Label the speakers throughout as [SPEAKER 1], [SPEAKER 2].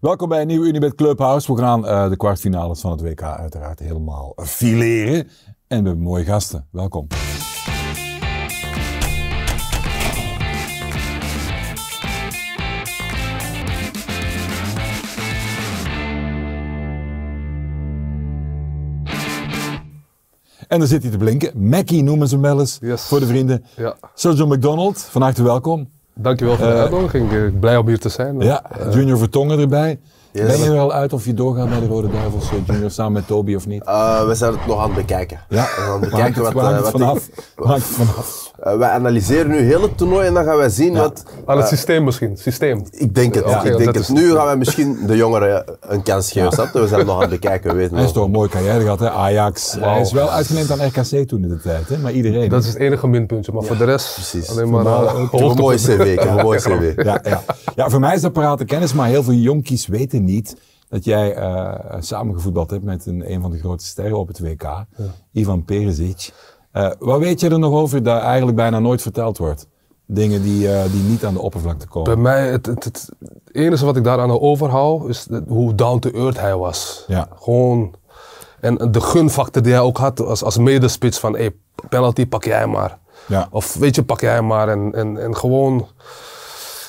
[SPEAKER 1] Welkom bij een nieuwe Unibet Clubhouse. We gaan eh, de kwartfinales van het WK uiteraard helemaal fileren. En we hebben mooie gasten. Welkom. En dan zit hij te blinken. Mackie noemen ze hem wel eens
[SPEAKER 2] Yes.
[SPEAKER 1] voor de vrienden.
[SPEAKER 2] Ja,
[SPEAKER 1] Sergio McDonald, van harte welkom.
[SPEAKER 2] dankjewel voor de
[SPEAKER 1] Eh,
[SPEAKER 2] uitnodiging. Ik blij om hier te zijn.
[SPEAKER 1] Ja, Junior Vertongen erbij. Ben je er al uit of je doorgaat bij de Rode Duivels, eh, Junior, samen met Toby of niet?
[SPEAKER 3] Eh, we zijn het nog aan het bekijken.
[SPEAKER 1] Ja,
[SPEAKER 3] We gaan
[SPEAKER 1] maak het,
[SPEAKER 3] bekijken wat,
[SPEAKER 1] maak
[SPEAKER 3] eh,
[SPEAKER 1] het
[SPEAKER 3] wat die-
[SPEAKER 1] vanaf. Maak het vanaf.
[SPEAKER 3] Eh, wij analyseren nu heel het toernooi en dan gaan wij zien wat...
[SPEAKER 2] Aan het systeem misschien. Systeem.
[SPEAKER 3] Ik denk het,
[SPEAKER 2] Ja,
[SPEAKER 3] ik
[SPEAKER 2] dat
[SPEAKER 3] denk
[SPEAKER 2] is-
[SPEAKER 3] het. Nu gaan wij misschien de jongeren een kans geven, snap je? We zijn het nog aan het bekijken, we weten
[SPEAKER 1] Hij is
[SPEAKER 3] het
[SPEAKER 1] toch
[SPEAKER 3] nog.
[SPEAKER 1] een mooie carrière gehad, hè? Ajax. Hij
[SPEAKER 2] Wauw.
[SPEAKER 1] is wel uitgeleend aan RKC toen in de tijd, hè? maar iedereen.
[SPEAKER 2] Dat is het enige minpuntje. Maar voor de rest
[SPEAKER 3] precies.
[SPEAKER 2] alleen maar
[SPEAKER 1] Normaal
[SPEAKER 2] eh,
[SPEAKER 1] ook.
[SPEAKER 3] Ik heb een
[SPEAKER 2] hoogte-
[SPEAKER 3] mooi cv, ik heb een mooi cv.
[SPEAKER 1] ja, ja. ja, voor mij is dat parate kennis, maar heel veel jonkies weten niet dat jij eh samengevoetbald hebt met een, een van de grote sterren op het WK, Ivan Perisic. Eh, wat weet je er nog over dat eigenlijk bijna nooit verteld wordt? Dingen die, eh, die niet aan de oppervlakte komen.
[SPEAKER 2] Bij mij, het, het, het enige wat ik daaraan overhoud, is de- hoe down to earth hij was.
[SPEAKER 1] Ja.
[SPEAKER 2] Gewoon. En de gunfactor die hij ook had als, als medespits van, hey, penalty pak jij maar.
[SPEAKER 1] Ja.
[SPEAKER 2] Of weet je, pak jij maar. En, en, en gewoon,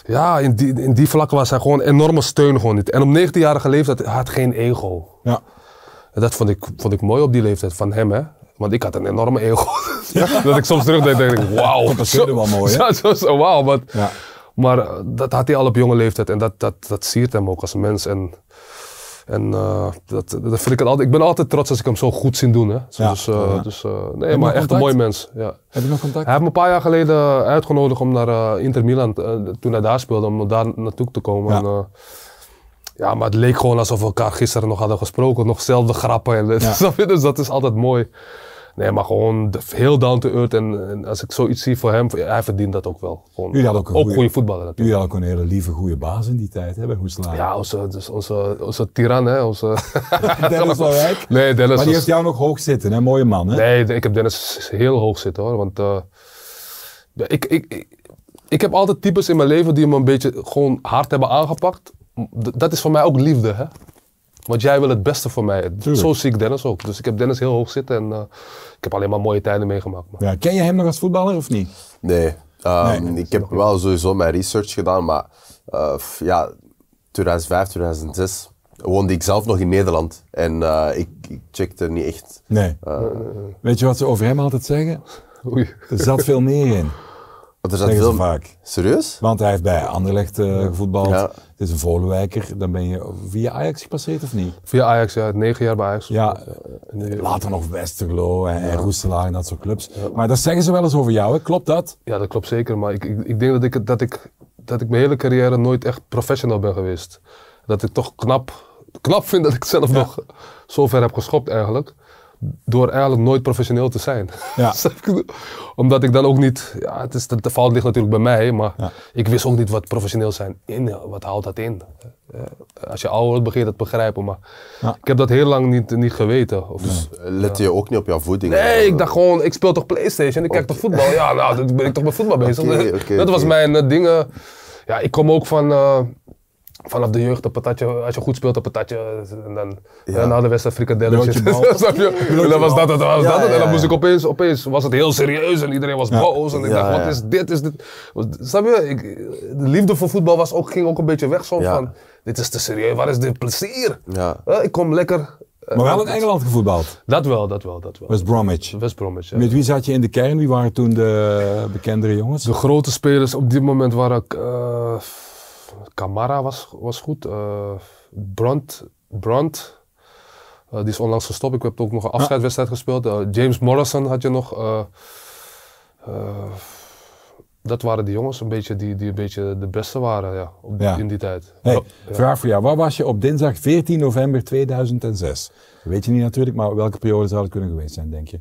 [SPEAKER 2] ja, in die, in die vlakken was hij gewoon enorme steun gewoon niet. En om 19-jarige leeftijd, hij had geen ego.
[SPEAKER 1] Ja.
[SPEAKER 2] En dat vond ik, vond ik mooi op die leeftijd van hem, hè. Want ik had een enorme ego. dat ik soms terugdenk, denk ik, wauw.
[SPEAKER 1] Compenseerde wel mooi, hè?
[SPEAKER 2] Ja, zo, zo, wauw. Maar,
[SPEAKER 1] Ja.
[SPEAKER 2] maar eh, dat had hij al op jonge leeftijd. En dat, dat, dat siert hem ook als mens. En, en eh, dat, dat vind ik het altijd... Ik ben altijd trots als ik hem zo goed zie doen, hè. Dus,
[SPEAKER 1] Ja,
[SPEAKER 2] dus, eh,
[SPEAKER 1] ja.
[SPEAKER 2] dus, eh, nee,
[SPEAKER 1] nog
[SPEAKER 2] maar echt een
[SPEAKER 1] contact?
[SPEAKER 2] mooi mens. Ja.
[SPEAKER 1] Heb je nog contact?
[SPEAKER 2] Hij heeft me een paar jaar geleden eh, uitgenodigd om naar eh, Inter Milan, eh, toen hij daar speelde, om daar naartoe te komen.
[SPEAKER 1] Ja.
[SPEAKER 2] En, eh, ja, maar het leek gewoon alsof we elkaar gisteren nog hadden gesproken. Nog dezelfde grappen. En,
[SPEAKER 1] Ja.
[SPEAKER 2] snap je? dus dat is altijd mooi. Nee, maar gewoon de- heel down to earth. En, en als ik zoiets zie voor hem, hij verdient dat ook wel. Gewoon,
[SPEAKER 1] Jullie hadden ook een goeie-
[SPEAKER 2] goede voetballer natuurlijk.
[SPEAKER 1] Jullie hadden ook een hele lieve, goede baas in die tijd, hè, bij Hoeslaar.
[SPEAKER 2] Ja, onze, dus onze, onze tiran, hè. Onze...
[SPEAKER 1] Dennis Walwijk.
[SPEAKER 2] Nee, Dennis
[SPEAKER 1] Maar die
[SPEAKER 2] was-
[SPEAKER 1] heeft jou nog hoog zitten, hè? Mooie man, hè?
[SPEAKER 2] Nee, de- ik heb Dennis heel hoog zitten hoor. Want eh, de- ik, ik, ik, ik heb altijd types in mijn leven die me een beetje gewoon hard hebben aangepakt. D- dat is voor mij ook liefde, hè? Want jij wil het beste voor mij. Zo zie ik Dennis ook. Dus ik heb Dennis heel hoog zitten en eh, ik heb alleen maar mooie tijden meegemaakt. man.
[SPEAKER 1] Ja, ken je hem nog als voetballer of niet?
[SPEAKER 3] Nee, ehm,
[SPEAKER 1] Nee,
[SPEAKER 3] ik heb wel sowieso mijn research gedaan, maar eh, f- ja, 2005, 2006 woonde ik zelf nog in Nederland. En eh, ik, ik checkte niet echt.
[SPEAKER 1] Nee.
[SPEAKER 2] Eh.
[SPEAKER 1] Weet je wat ze over hem altijd zeggen?
[SPEAKER 2] Oei.
[SPEAKER 1] Er zat veel meer in,
[SPEAKER 3] Want er zat
[SPEAKER 1] zeggen ze
[SPEAKER 3] veel...
[SPEAKER 1] vaak.
[SPEAKER 3] Serieus?
[SPEAKER 1] Want hij heeft bij Anderlecht eh, gevoetbald.
[SPEAKER 3] Ja.
[SPEAKER 1] Het is een Volwijker. Dan ben je via Ajax gepasseerd of niet?
[SPEAKER 2] Via Ajax, ja, negen jaar bij Ajax.
[SPEAKER 1] Ja,
[SPEAKER 2] Nee.
[SPEAKER 1] later nog Westerlo en, en Roeselaar en dat soort clubs. Maar dat zeggen ze wel eens over jou, hè? klopt dat?
[SPEAKER 2] Ja, dat klopt zeker. Maar ik, ik, ik denk dat ik, het- dat, ik, dat ik mijn hele carrière nooit echt professional ben geweest. Dat ik toch knap, knap vind dat ik zelf nog zo ver heb geschopt eigenlijk. Door eigenlijk nooit professioneel te zijn.
[SPEAKER 1] Ja.
[SPEAKER 2] Snap je wat ik bedoel? Omdat ik dan ook niet... Ja, het is, de, de fout ligt natuurlijk bij mij. Maar
[SPEAKER 1] Ja.
[SPEAKER 2] ik wist ook niet wat professioneel zijn inhoudt. Wat houdt dat in? Eh, Als je ouder wordt begin je dat te begrijpen. Maar
[SPEAKER 1] Ja.
[SPEAKER 2] ik heb dat heel lang niet, niet geweten. Of,
[SPEAKER 3] Lette je ook niet op jouw voeding?
[SPEAKER 2] Nee, ik dacht gewoon, ik speel toch PlayStation, ik kijk toch voetbal. Ja, nou, dan ben ik toch met voetbal bezig.
[SPEAKER 3] Oké,
[SPEAKER 2] dat
[SPEAKER 3] oké,
[SPEAKER 2] was
[SPEAKER 3] oké.
[SPEAKER 2] mijn eh, ding. eh. ja, ik kom ook van, eh, vanaf de jeugd, een patatje. Als je goed speelt, een patatje. eh, En dan
[SPEAKER 3] Ja.
[SPEAKER 2] en na de wedstrijd frikadellen.
[SPEAKER 1] Broodje bal.
[SPEAKER 2] Snap je? En dan was dat het. dan Was
[SPEAKER 3] Ja,
[SPEAKER 2] dat het. En
[SPEAKER 3] ja,
[SPEAKER 2] dan
[SPEAKER 3] ja.
[SPEAKER 2] moest ik opeens, opeens was het heel serieus en iedereen was boos. En ik
[SPEAKER 3] Ja,
[SPEAKER 2] dacht, wat
[SPEAKER 3] ja.
[SPEAKER 2] is dit? Is dit? Was- Snap je? Ik, de liefde voor voetbal was ook, ging ook een beetje weg. Zo
[SPEAKER 3] Ja.
[SPEAKER 2] van, dit is te serieus, waar is dit plezier?
[SPEAKER 3] Ja.
[SPEAKER 2] Eh, ik kom lekker. eh,
[SPEAKER 1] Maar wel in Engeland gevoetbald,
[SPEAKER 2] Dat wel, dat wel, dat wel.
[SPEAKER 1] West Bromwich.
[SPEAKER 2] West Bromwich, ja.
[SPEAKER 1] Met wie zat je in de kern? Wie waren toen de bekendere jongens?
[SPEAKER 2] De grote spelers op dit moment waren. eh Camara was, was goed. eh Brandt. Brandt. eh, die is onlangs gestopt. Ik heb ook nog een afscheidwedstrijd gespeeld. Eh, James Morrison had je nog. eh, eh, dat waren die jongens een beetje die, die een beetje de beste waren ja, op-
[SPEAKER 1] Ja.
[SPEAKER 2] in die tijd.
[SPEAKER 1] Hey,
[SPEAKER 2] Ja.
[SPEAKER 1] vraag voor jou. Waar was je op dinsdag 14 november 2006? Weet je niet natuurlijk, maar welke periode zou het kunnen geweest zijn, denk je?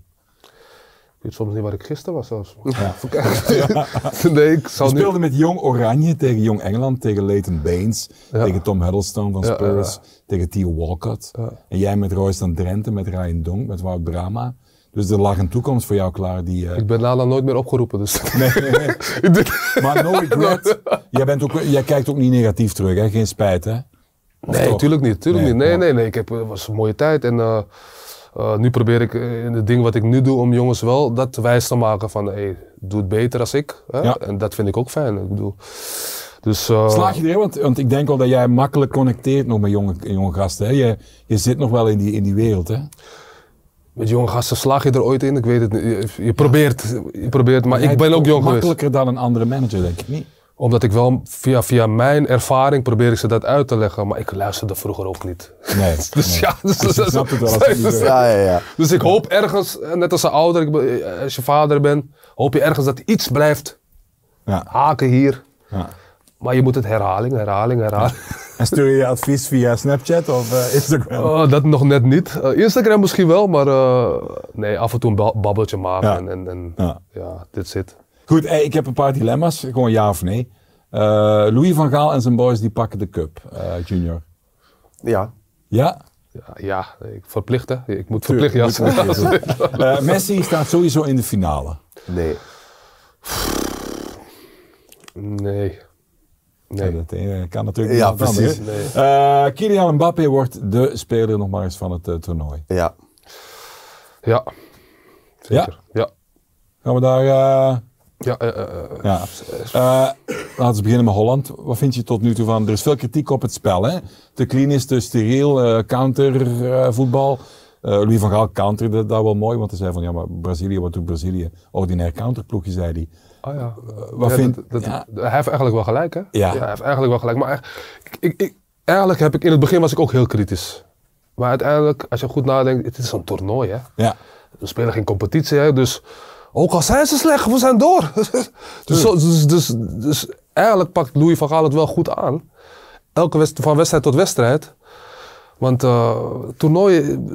[SPEAKER 2] Ik weet soms niet waar ik gisteren was zelfs. Even kijken. nee, ik
[SPEAKER 1] Je
[SPEAKER 2] zou nu...
[SPEAKER 1] speelde met Jong Oranje tegen Jong Engeland, tegen Leighton Baines,
[SPEAKER 2] Ja.
[SPEAKER 1] tegen Tom Hiddleston van
[SPEAKER 2] Ja,
[SPEAKER 1] Spurs, tegen Theo Walcott. En jij met Royston Drenthe, met Ryan Donk, met Wout Brama. Dus er lag een toekomst voor jou klaar die... eh,
[SPEAKER 2] Ik ben daarna nooit meer opgeroepen, dus...
[SPEAKER 1] nee, nee.
[SPEAKER 2] Ik denk-
[SPEAKER 1] Maar no regret. jij, bent ook, jij kijkt ook niet negatief terug, hè? Geen spijt, hè?
[SPEAKER 2] Nee,
[SPEAKER 1] toch?
[SPEAKER 2] tuurlijk niet. Tuurlijk
[SPEAKER 1] Nee,
[SPEAKER 2] niet. Nee,
[SPEAKER 1] ja.
[SPEAKER 2] nee, nee. Ik heb, het was een mooie tijd. En eh, eh, nu probeer ik eh, in het ding wat ik nu doe om jongens wel dat wijs te maken van hey, doe het beter als ik. Hè?
[SPEAKER 1] Ja.
[SPEAKER 2] En dat vind ik ook fijn. Ik bedoel, dus, eh,
[SPEAKER 1] Slaag je erin? Want, want ik denk wel dat jij makkelijk connecteert nog met jonge, jonge gasten. Hè? Je, je zit nog wel in die, in die wereld. Hè?
[SPEAKER 2] Met jonge gasten slaag je er ooit in? Ik weet het niet. Je, je probeert, je probeert, maar
[SPEAKER 1] Jij
[SPEAKER 2] ik ben
[SPEAKER 1] bent
[SPEAKER 2] ook jong geweest.
[SPEAKER 1] Makkelijker dan een andere manager, denk ik niet.
[SPEAKER 2] Omdat ik wel via, via mijn ervaring probeer ik ze dat uit te leggen, maar ik luisterde vroeger ook niet.
[SPEAKER 1] Nee.
[SPEAKER 2] Dus
[SPEAKER 1] nee.
[SPEAKER 2] ja, dus,
[SPEAKER 1] Dus je
[SPEAKER 2] dus-
[SPEAKER 1] snapt het wel als het niet werkt.
[SPEAKER 3] Ja, ja, ja.
[SPEAKER 2] dus ik hoop ergens, eh, net als een ouder, ik be- eh, als je vader bent, hoop je ergens dat iets blijft
[SPEAKER 1] Ja,
[SPEAKER 2] haken hier.
[SPEAKER 1] ja.
[SPEAKER 2] Maar je moet het herhaling, herhaling, herhaling.
[SPEAKER 1] En stuur je je advies via Snapchat of eh, Instagram?
[SPEAKER 2] Oh, dat nog net niet. Eh, Instagram misschien wel, maar eh, nee, af en toe een ba- babbeltje maken.
[SPEAKER 1] Ja.
[SPEAKER 2] En, en, en
[SPEAKER 1] Ja.
[SPEAKER 2] ja, dit zit.
[SPEAKER 1] Goed, hey, ik heb een paar dilemma's. Gewoon ja of nee. Eh, Louis van Gaal en zijn boys die pakken de cup, eh, junior.
[SPEAKER 3] Ja.
[SPEAKER 1] Ja?
[SPEAKER 2] Ja, ja, ik verplicht hè. Ik moet
[SPEAKER 1] Tuurlijk,
[SPEAKER 2] verplicht, ja.
[SPEAKER 1] moet Eh, Messi staat sowieso in de finale.
[SPEAKER 3] Nee.
[SPEAKER 2] Nee.
[SPEAKER 1] Nee.
[SPEAKER 2] Nee.
[SPEAKER 1] dat eh, kan natuurlijk
[SPEAKER 3] Ja,
[SPEAKER 1] niet anders.
[SPEAKER 3] precies.
[SPEAKER 1] hè? Eh, Kylian Mbappé wordt de speler nog maar eens van het eh, toernooi.
[SPEAKER 3] Ja.
[SPEAKER 2] Ja. Zeker. Ja.
[SPEAKER 1] Gaan we daar... eh,
[SPEAKER 2] Ja. eh, eh, eh.
[SPEAKER 1] Ja. Eh, laten we beginnen met Holland. Wat vind je tot nu toe van? Er is veel kritiek op het spel. Hè? Te clean is te steriel, eh, countervoetbal. Eh, Louis van Gaal counterde dat wel mooi, want hij zei van ja, maar Brazilië, wat doet Brazilië? Ordinair counterploegje, zei hij.
[SPEAKER 2] Ah ja.
[SPEAKER 1] Eh, wat
[SPEAKER 2] Ja,
[SPEAKER 1] vind-
[SPEAKER 2] dat- dat-
[SPEAKER 1] ja.
[SPEAKER 2] Hij heeft eigenlijk wel gelijk, hè?
[SPEAKER 1] Ja.
[SPEAKER 2] hij heeft eigenlijk wel gelijk. Maar eigenlijk, ik, ik, ik- eigenlijk heb ik in het begin was ik ook heel kritisch. Maar uiteindelijk, als je goed nadenkt, het is een toernooi, hè?
[SPEAKER 1] Ja,
[SPEAKER 2] We spelen geen competitie, hè? Dus ook al zijn ze slecht, we zijn door. dus, zo- dus, dus, dus eigenlijk pakt Louis van Gaal het wel goed aan. Elke wedst- van wedstrijd tot wedstrijd. Want eh toernooien,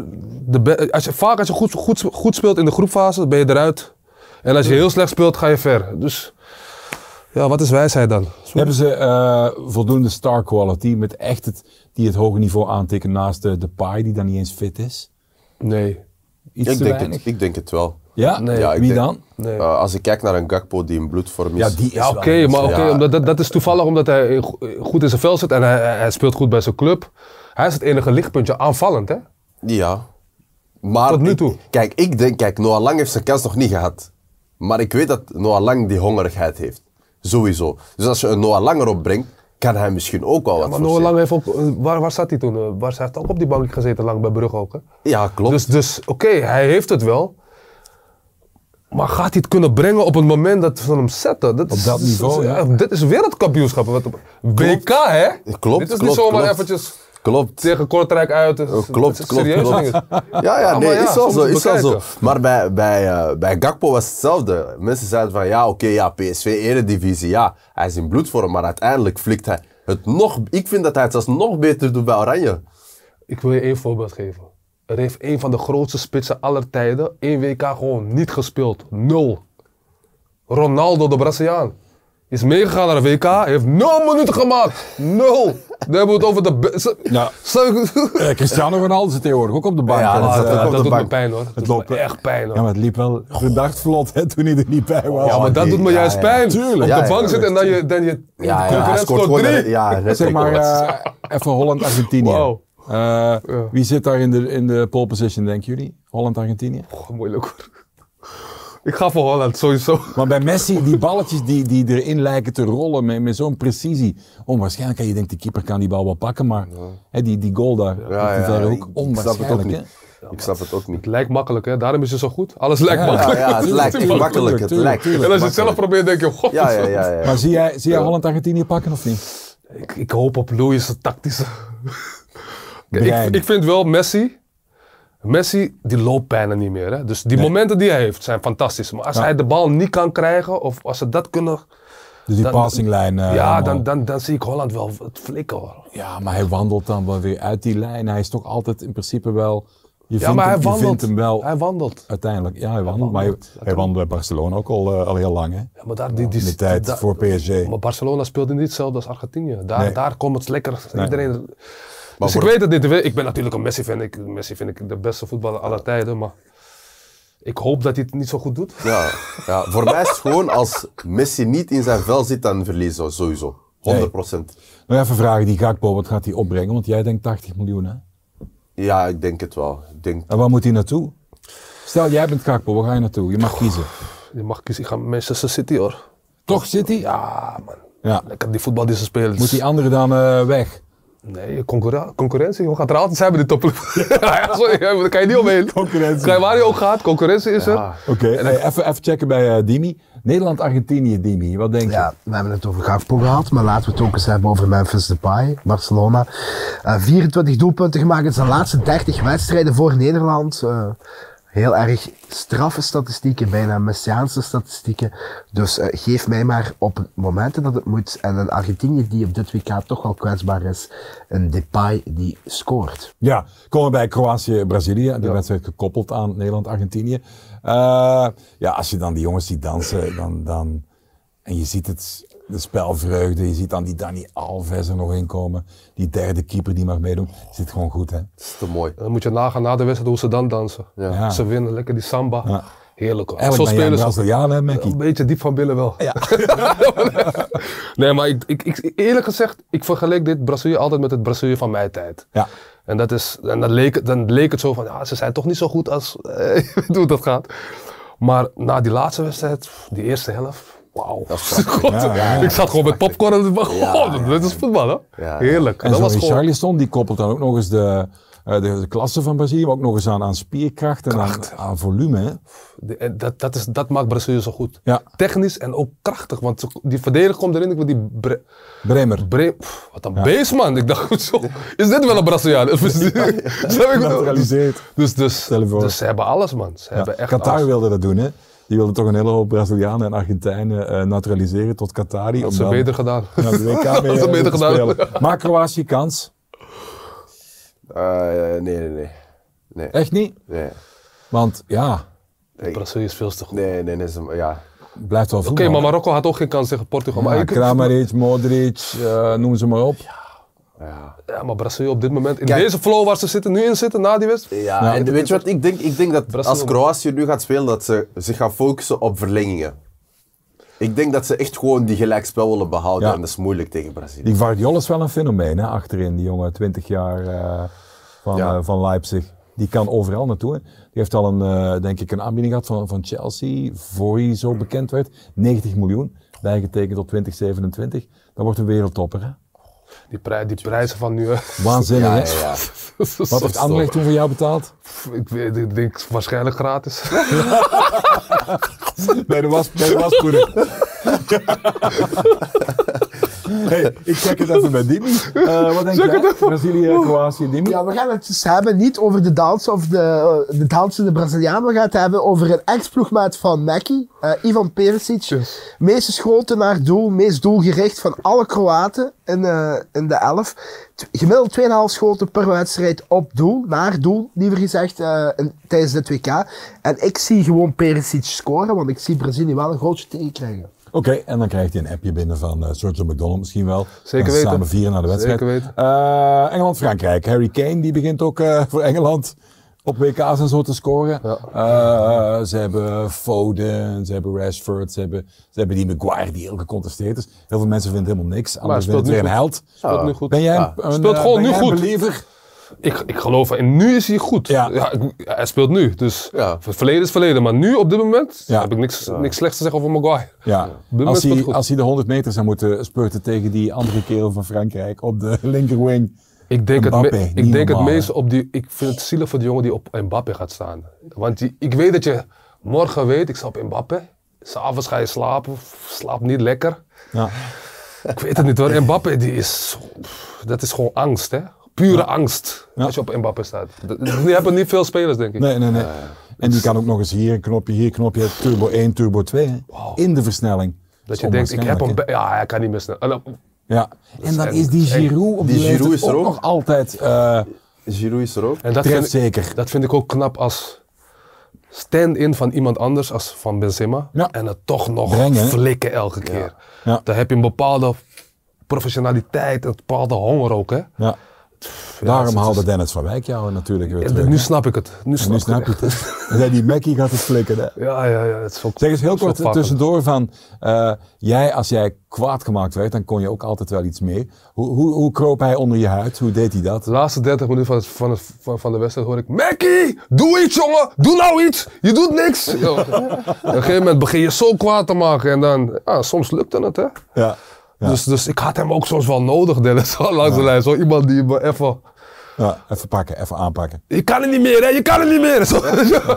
[SPEAKER 2] de be- als je, vaak als je goed, goed, goed speelt in de groepfase, ben je eruit. En als je heel slecht speelt, ga je ver. Dus ja, wat is wijsheid dan? Zo-
[SPEAKER 1] hebben ze eh, voldoende star quality met echt het, die het hoge niveau aantikken naast de, de paai die dan niet eens fit is?
[SPEAKER 2] Nee.
[SPEAKER 1] Iets
[SPEAKER 3] Ik
[SPEAKER 1] te
[SPEAKER 3] denk,
[SPEAKER 1] weinig.
[SPEAKER 3] het, ik denk het wel.
[SPEAKER 1] Ja?
[SPEAKER 2] Nee.
[SPEAKER 3] Ja, ik
[SPEAKER 1] Wie
[SPEAKER 3] denk-
[SPEAKER 1] dan?
[SPEAKER 2] nee.
[SPEAKER 3] Eh, als ik kijk naar een Gakpo die in bloedvorm is.
[SPEAKER 1] Ja, die is
[SPEAKER 2] Ja,
[SPEAKER 1] wel-
[SPEAKER 2] oké, maar oké,
[SPEAKER 3] Ja.
[SPEAKER 2] omdat dat, dat is toevallig omdat hij in go- goed in zijn vel zit en hij, hij hij speelt goed bij zijn club. Hij is het enige lichtpuntje aanvallend, hè?
[SPEAKER 3] Ja. Maar
[SPEAKER 2] Tot nu
[SPEAKER 3] ik-
[SPEAKER 2] toe.
[SPEAKER 3] kijk, ik denk, kijk, Noah Lang heeft zijn kans nog niet gehad. Maar ik weet dat Noah Lang die hongerigheid heeft. Sowieso. Dus als je een Noah Lang erop brengt, kan hij misschien ook wel wat
[SPEAKER 2] Maar Noah
[SPEAKER 3] forceren.
[SPEAKER 2] Lang heeft ook, eh, waar, waar zat hij toen? Eh, Waar, hij heeft ook op die bank gezeten lang bij Brugge ook, hè?
[SPEAKER 3] Ja, klopt.
[SPEAKER 2] Dus, dus oké, hij heeft het wel. Maar gaat hij het kunnen brengen op het moment dat we hem zetten? Dat is,
[SPEAKER 1] dat niveau,
[SPEAKER 2] is-
[SPEAKER 1] ja.
[SPEAKER 2] Dit is wereldkampioenschap. Wat, WK, hè?
[SPEAKER 3] Klopt,
[SPEAKER 2] Dit is
[SPEAKER 3] klopt,
[SPEAKER 2] niet zomaar
[SPEAKER 3] klopt.
[SPEAKER 2] eventjes
[SPEAKER 3] klopt.
[SPEAKER 2] tegen Kortrijk uit. Het is-
[SPEAKER 3] Oh, klopt,
[SPEAKER 2] het is
[SPEAKER 3] klopt,
[SPEAKER 2] serieus
[SPEAKER 3] klopt.
[SPEAKER 2] dingen.
[SPEAKER 3] Ja, ja,
[SPEAKER 2] maar
[SPEAKER 3] nee,
[SPEAKER 2] ja,
[SPEAKER 3] is wel
[SPEAKER 2] soms
[SPEAKER 3] zo, is wel zo.
[SPEAKER 2] bekijken.
[SPEAKER 3] Maar bij, bij, eh, bij Gakpo was hetzelfde. Mensen zeiden van, ja, oké, ja, PSV, eredivisie, ja. Hij is in bloedvorm, maar uiteindelijk flikt hij het nog... Ik vind dat hij het zelfs nog beter doet bij Oranje.
[SPEAKER 2] Ik wil je één voorbeeld geven. Er heeft een van de grootste spitsen aller tijden één WK gewoon niet gespeeld. Nul. Ronaldo, de Braziliaan, is meegegaan naar de WK, heeft nul minuten gemaakt. Nul. Dan hebben we het over de... be- ze-
[SPEAKER 1] Ja.
[SPEAKER 2] ze-
[SPEAKER 1] Eh, Cristiano Ronaldo zit tegenwoordig ook op de bank.
[SPEAKER 3] Ja,
[SPEAKER 1] hè.
[SPEAKER 3] dat
[SPEAKER 1] Dus,
[SPEAKER 3] zat
[SPEAKER 1] eh,
[SPEAKER 3] ook op
[SPEAKER 2] dat
[SPEAKER 3] de
[SPEAKER 2] doet me
[SPEAKER 3] bank.
[SPEAKER 2] pijn hoor. Het
[SPEAKER 1] loopt
[SPEAKER 2] loopt me echt pijn hoor.
[SPEAKER 1] ja,
[SPEAKER 2] Ja,
[SPEAKER 1] maar het liep wel verdacht vlot hè, toen hij er niet bij was.
[SPEAKER 2] maar,
[SPEAKER 3] maar
[SPEAKER 2] dat
[SPEAKER 3] Oh, die-
[SPEAKER 2] doet me
[SPEAKER 3] ja,
[SPEAKER 2] juist
[SPEAKER 3] ja.
[SPEAKER 2] pijn. Op
[SPEAKER 3] Ja,
[SPEAKER 2] de bank
[SPEAKER 3] ja,
[SPEAKER 2] zitten en dan je, dan je
[SPEAKER 3] Ja, ja, hij
[SPEAKER 2] concurrent
[SPEAKER 3] scoort
[SPEAKER 2] scoort
[SPEAKER 3] gewoon
[SPEAKER 2] drie.
[SPEAKER 3] een- ja, net
[SPEAKER 1] Zeg maar,
[SPEAKER 3] record.
[SPEAKER 1] eh, even Holland-Argentinië.
[SPEAKER 2] Wauw.
[SPEAKER 1] Eh, Wie zit daar in de, in de pole position, denken jullie? Holland-Argentinië?
[SPEAKER 2] Goh, moeilijk hoor. Ik ga voor Holland, sowieso.
[SPEAKER 1] Maar bij Messi, die balletjes die, die erin lijken te rollen met, met zo'n precisie. Onwaarschijnlijk. hè. Je denkt, die keeper kan die bal wel pakken, maar hè, die, die goal daar
[SPEAKER 3] Ja,
[SPEAKER 1] op de
[SPEAKER 3] ja,
[SPEAKER 1] verre
[SPEAKER 3] ik-
[SPEAKER 1] hoek, onwaarschijnlijk. hè?
[SPEAKER 3] Ik snap het ook niet. Ik snap het ook niet.
[SPEAKER 2] Het lijkt makkelijk hè, daarom is het zo goed. Alles lijkt
[SPEAKER 1] Ja,
[SPEAKER 2] makkelijk.
[SPEAKER 3] Ja, ja, het lijkt
[SPEAKER 1] tuurlijk,
[SPEAKER 3] makkelijk. Het
[SPEAKER 1] tuurlijk,
[SPEAKER 3] lijkt
[SPEAKER 1] tuurlijk.
[SPEAKER 2] En als je het zelf
[SPEAKER 3] makkelijk.
[SPEAKER 2] probeert, denk je, god.
[SPEAKER 3] Ja, ja, ja. ja.
[SPEAKER 1] Maar zie jij, zie jij Holland-Argentinië pakken of niet?
[SPEAKER 2] Ik, ik hoop op Louis' tactische.
[SPEAKER 1] Brein.
[SPEAKER 2] ik, ik vind wel Messi. Messi, die loopt bijna niet meer. Hè? Dus die momenten die hij heeft zijn fantastisch. Maar als hij de bal niet kan krijgen, of als ze dat kunnen.
[SPEAKER 1] Dus die
[SPEAKER 2] Dan-
[SPEAKER 1] passinglijn. eh,
[SPEAKER 2] ja,
[SPEAKER 1] allemaal.
[SPEAKER 2] dan, dan, dan zie ik Holland wel het flikken hoor.
[SPEAKER 1] ja, maar hij wandelt dan wel weer uit die lijn. Hij is toch altijd in principe wel... Je,
[SPEAKER 2] Ja,
[SPEAKER 1] vindt,
[SPEAKER 2] maar hij
[SPEAKER 1] hem, je
[SPEAKER 2] wandelt.
[SPEAKER 1] vindt hem wel
[SPEAKER 2] Hij wandelt.
[SPEAKER 1] Uiteindelijk, ja, hij wandelt. Maar hij, hij wandelt bij Barcelona ook al, eh, al heel lang, hè?
[SPEAKER 2] Ja, maar daar, die, die,
[SPEAKER 1] In de
[SPEAKER 2] die-
[SPEAKER 1] tijd
[SPEAKER 2] daar-
[SPEAKER 1] voor PSG.
[SPEAKER 2] Maar Barcelona speelde niet hetzelfde als Argentinië. Daar,
[SPEAKER 1] Nee.
[SPEAKER 2] daar komt het lekker. Iedereen...
[SPEAKER 3] Maar
[SPEAKER 2] dus ik
[SPEAKER 3] voor-
[SPEAKER 2] weet het niet. Ik ben natuurlijk een Messi-fan. Ik- Messi vind ik de beste voetballer aller tijden. Maar ik hoop dat hij het niet zo goed doet.
[SPEAKER 3] Ja, ja, voor mij is het gewoon als Messi niet in zijn vel zit, dan verliezen we sowieso. 100 procent.
[SPEAKER 1] Nog even vragen, die Gakpo, wat gaat hij opbrengen? Want jij denkt 80 miljoen, hè?
[SPEAKER 3] Ja, ik denk het wel. Ik denk,
[SPEAKER 1] En waar moet hij naartoe? Stel, jij bent Gakpo, waar ga je naartoe? Je mag kiezen.
[SPEAKER 2] Je mag kiezen, ik ga Manchester City hoor.
[SPEAKER 1] Toch City?
[SPEAKER 2] Ja, man.
[SPEAKER 1] Ja.
[SPEAKER 2] Lekker die voetbal die ze spelen.
[SPEAKER 1] Moet die andere dan eh, weg?
[SPEAKER 2] Nee, concurra- concurrentie. Je gaat er altijd zijn bij de top. ja, sorry, daar kan je niet omheen.
[SPEAKER 1] Concurrentie.
[SPEAKER 2] Kijk waar je ook gaat, concurrentie is
[SPEAKER 4] Ja.
[SPEAKER 2] er.
[SPEAKER 1] Oké, hey, even, even checken bij eh, Dimi. Nederland-Argentinië, Dimi, wat denk je?
[SPEAKER 4] Ja, we hebben het over Gakpo gehad, maar laten we het ook eens hebben over Memphis Depay, Barcelona. Eh, 24 doelpunten gemaakt in zijn laatste 30 wedstrijden voor Nederland. Eh, heel erg straffe statistieken, bijna Messiaanse statistieken. Dus eh, geef mij maar op momenten dat het moet. En een Argentinië die op dit WK toch wel kwetsbaar is, een Depay die scoort.
[SPEAKER 1] Ja, komen we bij Kroatië-Brazilië. Die wedstrijd gekoppeld aan Nederland-Argentinië. Eh, ja, als je dan die jongens ziet dansen, dan, dan, en je ziet het, de spelvreugde, je ziet dan die Dani Alves er nog in komen. Die derde keeper die mag meedoen. Zit gewoon goed, hè?
[SPEAKER 3] het is te mooi.
[SPEAKER 2] Dan moet je nagaan na de wedstrijd hoe ze dan dansen.
[SPEAKER 3] Ja.
[SPEAKER 1] Ja.
[SPEAKER 2] Ze winnen lekker die samba.
[SPEAKER 1] Ja.
[SPEAKER 2] Heerlijk hoor.
[SPEAKER 1] Eigenlijk
[SPEAKER 2] Zo
[SPEAKER 1] ben jij een
[SPEAKER 2] spelen ze.
[SPEAKER 1] Braziliaan, hè, Mackie?
[SPEAKER 2] Een beetje diep van binnen wel.
[SPEAKER 1] Ja.
[SPEAKER 2] nee, maar ik, ik, ik, eerlijk gezegd, ik vergelijk dit Brazilië altijd met het Brazilië van mijn tijd.
[SPEAKER 1] Ja.
[SPEAKER 2] En, dat is, en dan, leek, het- dan leek het zo van, ja, ze zijn toch niet zo goed als eh, je weet hoe dat gaat. Maar na die laatste wedstrijd, pff, die eerste helft, wauw. God,
[SPEAKER 1] Ja, ja, ja.
[SPEAKER 2] ik zat gewoon met popcorn en dacht, god, dit is voetbal hè.
[SPEAKER 3] Ja.
[SPEAKER 2] Heerlijk.
[SPEAKER 1] En
[SPEAKER 2] dat
[SPEAKER 1] zo'n
[SPEAKER 2] was gewoon,
[SPEAKER 1] Richarlison, die koppelt dan ook nog eens de, eh, de, de klasse van Brazilië, maar ook nog eens aan, aan spierkracht en aan, aan volume. Hè?
[SPEAKER 2] de- en dat, dat, is, dat maakt Brazilië zo goed.
[SPEAKER 1] Ja.
[SPEAKER 2] Technisch en ook krachtig, want ze- die verdediger komt erin, ik wil die... Bre-
[SPEAKER 1] Bremer.
[SPEAKER 2] Bre- Pff, wat een beest, man. Ik dacht, zo, is dit wel een Braziliaan? Of is dit- Snap je wat ik bedoel?
[SPEAKER 1] Genaturaliseerd.
[SPEAKER 2] Dus, dus,
[SPEAKER 1] Stel je voor.
[SPEAKER 2] dus ze hebben alles, man. Ze
[SPEAKER 1] Ja,
[SPEAKER 2] hebben echt
[SPEAKER 1] Qatar
[SPEAKER 2] alles.
[SPEAKER 1] wilde dat doen, hè? Die wilden toch een hele hoop Brazilianen en Argentijnen eh, naturaliseren tot Qatari.
[SPEAKER 2] Dat ze beter gedaan.
[SPEAKER 1] Ja, de WK mee,
[SPEAKER 2] Dat ze
[SPEAKER 1] eh,
[SPEAKER 2] beter
[SPEAKER 1] te
[SPEAKER 2] gedaan.
[SPEAKER 1] spelen. Maar Kroatië kans?
[SPEAKER 3] Eh, nee, nee, nee. Nee,
[SPEAKER 1] Echt niet?
[SPEAKER 3] nee.
[SPEAKER 1] Want ja,
[SPEAKER 2] Brazilië is veel te goed.
[SPEAKER 3] Nee, nee, nee. ze- Ja.
[SPEAKER 1] het blijft wel
[SPEAKER 2] Oké,
[SPEAKER 1] voetbal.
[SPEAKER 2] maar Marokko had ook geen kans tegen Portugal. maar,
[SPEAKER 1] Ja,
[SPEAKER 2] ik-
[SPEAKER 1] Kramaric, Modric, eh, noem ze maar op.
[SPEAKER 3] ja.
[SPEAKER 2] ja, maar Brazilië op dit moment, in
[SPEAKER 3] Kijk.
[SPEAKER 2] deze flow waar ze zitten, nu in zitten, na die wedstrijd.
[SPEAKER 3] Ja,
[SPEAKER 1] Ja.
[SPEAKER 3] en weet je wat ik denk? Ik denk dat
[SPEAKER 2] Brazil-
[SPEAKER 3] als Kroatië nu gaat spelen, dat ze zich gaan focussen op verlengingen. Ik denk dat ze echt gewoon die gelijkspel willen behouden
[SPEAKER 1] Ja.
[SPEAKER 3] en dat is moeilijk tegen Brazilië.
[SPEAKER 1] Die Guardiola is wel een fenomeen, hè? Achterin, die jongen, 20 jaar eh, van,
[SPEAKER 3] Ja.
[SPEAKER 1] eh, van Leipzig. Die kan overal naartoe. hè. Die heeft al een, eh, denk ik, een aanbieding gehad van, van Chelsea, voor hij zo bekend werd. 90 miljoen, bijgetekend tot 2027. Dat wordt een wereldtopper, hè?
[SPEAKER 2] Die, prij- die prijzen van nu. hè.
[SPEAKER 1] Waanzinnig,
[SPEAKER 3] Ja,
[SPEAKER 1] hè?
[SPEAKER 3] ja, ja.
[SPEAKER 1] Wat heeft Anderlecht toen voor jou betaald?
[SPEAKER 2] Ik weet ik denk waarschijnlijk gratis.
[SPEAKER 1] Bij de, was, bij de waspoeder. hey, ik check het even bij Dimi. Eh, wat denk jij? Brazilië, Kroatië, Dimi?
[SPEAKER 4] Ja, we gaan het dus hebben niet over de dansen of de, eh, de dansende Braziliaan. We gaan het hebben over een ex-ploegmaat van Mackie, eh, Ivan Perisic.
[SPEAKER 2] Yes.
[SPEAKER 4] Meeste schoten naar doel, meest doelgericht van alle Kroaten in, eh, in de elf. T- gemiddeld 2,5 schoten per wedstrijd op doel, naar doel, liever gezegd, eh, in- tijdens dit WK. En ik zie gewoon Perisic scoren, want ik zie Brazilië wel een grootje tegenkrijgen.
[SPEAKER 1] Oké, en dan krijgt hij een appje binnen van eh Sergio McDonald misschien wel.
[SPEAKER 2] Zeker
[SPEAKER 1] Dan
[SPEAKER 2] weten.
[SPEAKER 1] Samen vieren naar de wedstrijd.
[SPEAKER 2] Zeker weten.
[SPEAKER 1] Eh, Engeland-Frankrijk. Harry Kane die begint ook eh, voor Engeland op WK's en zo te scoren. Eh, ze hebben Foden, ze hebben Rashford, ze hebben, ze hebben die Maguire die heel gecontesteerd is. Heel veel mensen vinden helemaal niks. Anders
[SPEAKER 2] speelt
[SPEAKER 1] vinden het weer
[SPEAKER 2] nu
[SPEAKER 1] een held.
[SPEAKER 2] Speelt nu goed.
[SPEAKER 1] Ben jij
[SPEAKER 3] Ja.
[SPEAKER 1] een, een,
[SPEAKER 2] Speelt
[SPEAKER 1] eh,
[SPEAKER 2] gewoon
[SPEAKER 1] ben
[SPEAKER 2] nu
[SPEAKER 1] jij een
[SPEAKER 2] goed.
[SPEAKER 1] believer?
[SPEAKER 2] Ik, ik geloof en nu is hij goed.
[SPEAKER 1] Ja.
[SPEAKER 2] ik- hij speelt nu. Dus
[SPEAKER 3] Ja.
[SPEAKER 2] het verleden is verleden. Maar nu op dit moment
[SPEAKER 1] Ja.
[SPEAKER 2] heb ik niks, niks slechts te zeggen over Maguire.
[SPEAKER 1] Ja,
[SPEAKER 2] Bummer
[SPEAKER 1] als,
[SPEAKER 2] speelt
[SPEAKER 1] hij,
[SPEAKER 2] goed.
[SPEAKER 1] als hij de 100 meter zou moeten spurten tegen die andere kerel van Frankrijk op de linkerwing.
[SPEAKER 2] Ik denk,
[SPEAKER 1] Mbappé,
[SPEAKER 2] het, me-
[SPEAKER 1] niet
[SPEAKER 2] ik denk het
[SPEAKER 1] normaal, hè?
[SPEAKER 2] meest op die. Ik vind het zielig voor die jongen die op Mbappé gaat staan. Want die, ik weet dat je morgen weet, ik sta op Mbappé. S'avonds ga je slapen, slaap niet lekker.
[SPEAKER 1] Ja.
[SPEAKER 2] Ik weet het niet hoor. Mbappé die is. zo- pff, Dat is gewoon angst, hè? Pure angst. Als je op Mbappé staat. Dat- Die hebben niet veel spelers, denk ik.
[SPEAKER 1] Nee, nee, nee.
[SPEAKER 2] Eh,
[SPEAKER 1] en die kan ook nog eens hier een knopje, hier een knopje, turbo 1, turbo 2. hè. In de versnelling.
[SPEAKER 2] Dat
[SPEAKER 1] is
[SPEAKER 2] je denkt, ik heb hem.
[SPEAKER 1] onwaarschijnlijk,
[SPEAKER 2] be- Ja, hij kan niet meer snel. Allee,
[SPEAKER 1] hè. Ja. En dan
[SPEAKER 2] echt-
[SPEAKER 1] is die Giroud op
[SPEAKER 3] Die
[SPEAKER 1] die,
[SPEAKER 3] Giroud
[SPEAKER 1] leeftijd
[SPEAKER 3] is er
[SPEAKER 1] ook
[SPEAKER 3] ook.
[SPEAKER 1] nog altijd eh
[SPEAKER 3] Giroud is er ook.
[SPEAKER 2] En dat vind, ik,
[SPEAKER 1] trefzeker.
[SPEAKER 2] dat vind ik ook knap als stand-in van iemand anders als van Benzema.
[SPEAKER 1] Ja.
[SPEAKER 2] En het toch nog
[SPEAKER 1] Brengen, hè?
[SPEAKER 2] flikken elke keer.
[SPEAKER 1] Ja.
[SPEAKER 2] Dan heb je een bepaalde professionaliteit, een bepaalde honger ook. Hè?
[SPEAKER 1] Ja. Daarom haalde Dennis van Wijk jou natuurlijk weer terug.
[SPEAKER 2] Nu
[SPEAKER 1] hè?
[SPEAKER 2] snap ik het. Nu snap,
[SPEAKER 1] nu snap
[SPEAKER 2] ik
[SPEAKER 1] je
[SPEAKER 2] het.
[SPEAKER 1] het. hè? En zei die Mackie gaat het flikken. Hè?
[SPEAKER 2] Ja, ja, ja. Het is ook,
[SPEAKER 1] Zeg eens heel
[SPEAKER 2] het is
[SPEAKER 1] kort
[SPEAKER 2] ook vaak
[SPEAKER 1] tussendoor van, eh, jij, als jij kwaad gemaakt werd, dan kon je ook altijd wel iets meer. Hoe, hoe, hoe kroop hij onder je huid? Hoe deed hij dat?
[SPEAKER 2] De laatste 30 minuten van, het- van, het- van, van de wedstrijd hoor ik: Mackie, doe iets jongen, doe nou iets, je doet niks. Ja, Op een gegeven moment begin je zo kwaad te maken en dan, ja, soms lukte het hè.
[SPEAKER 1] Ja. Ja.
[SPEAKER 2] Dus, dus ik had hem ook soms wel nodig, Dennis, al langs de lijn. Zo iemand die me even.
[SPEAKER 1] Ja, even pakken, even aanpakken.
[SPEAKER 2] Je kan het niet meer, hè? Je kan het niet meer. Zo,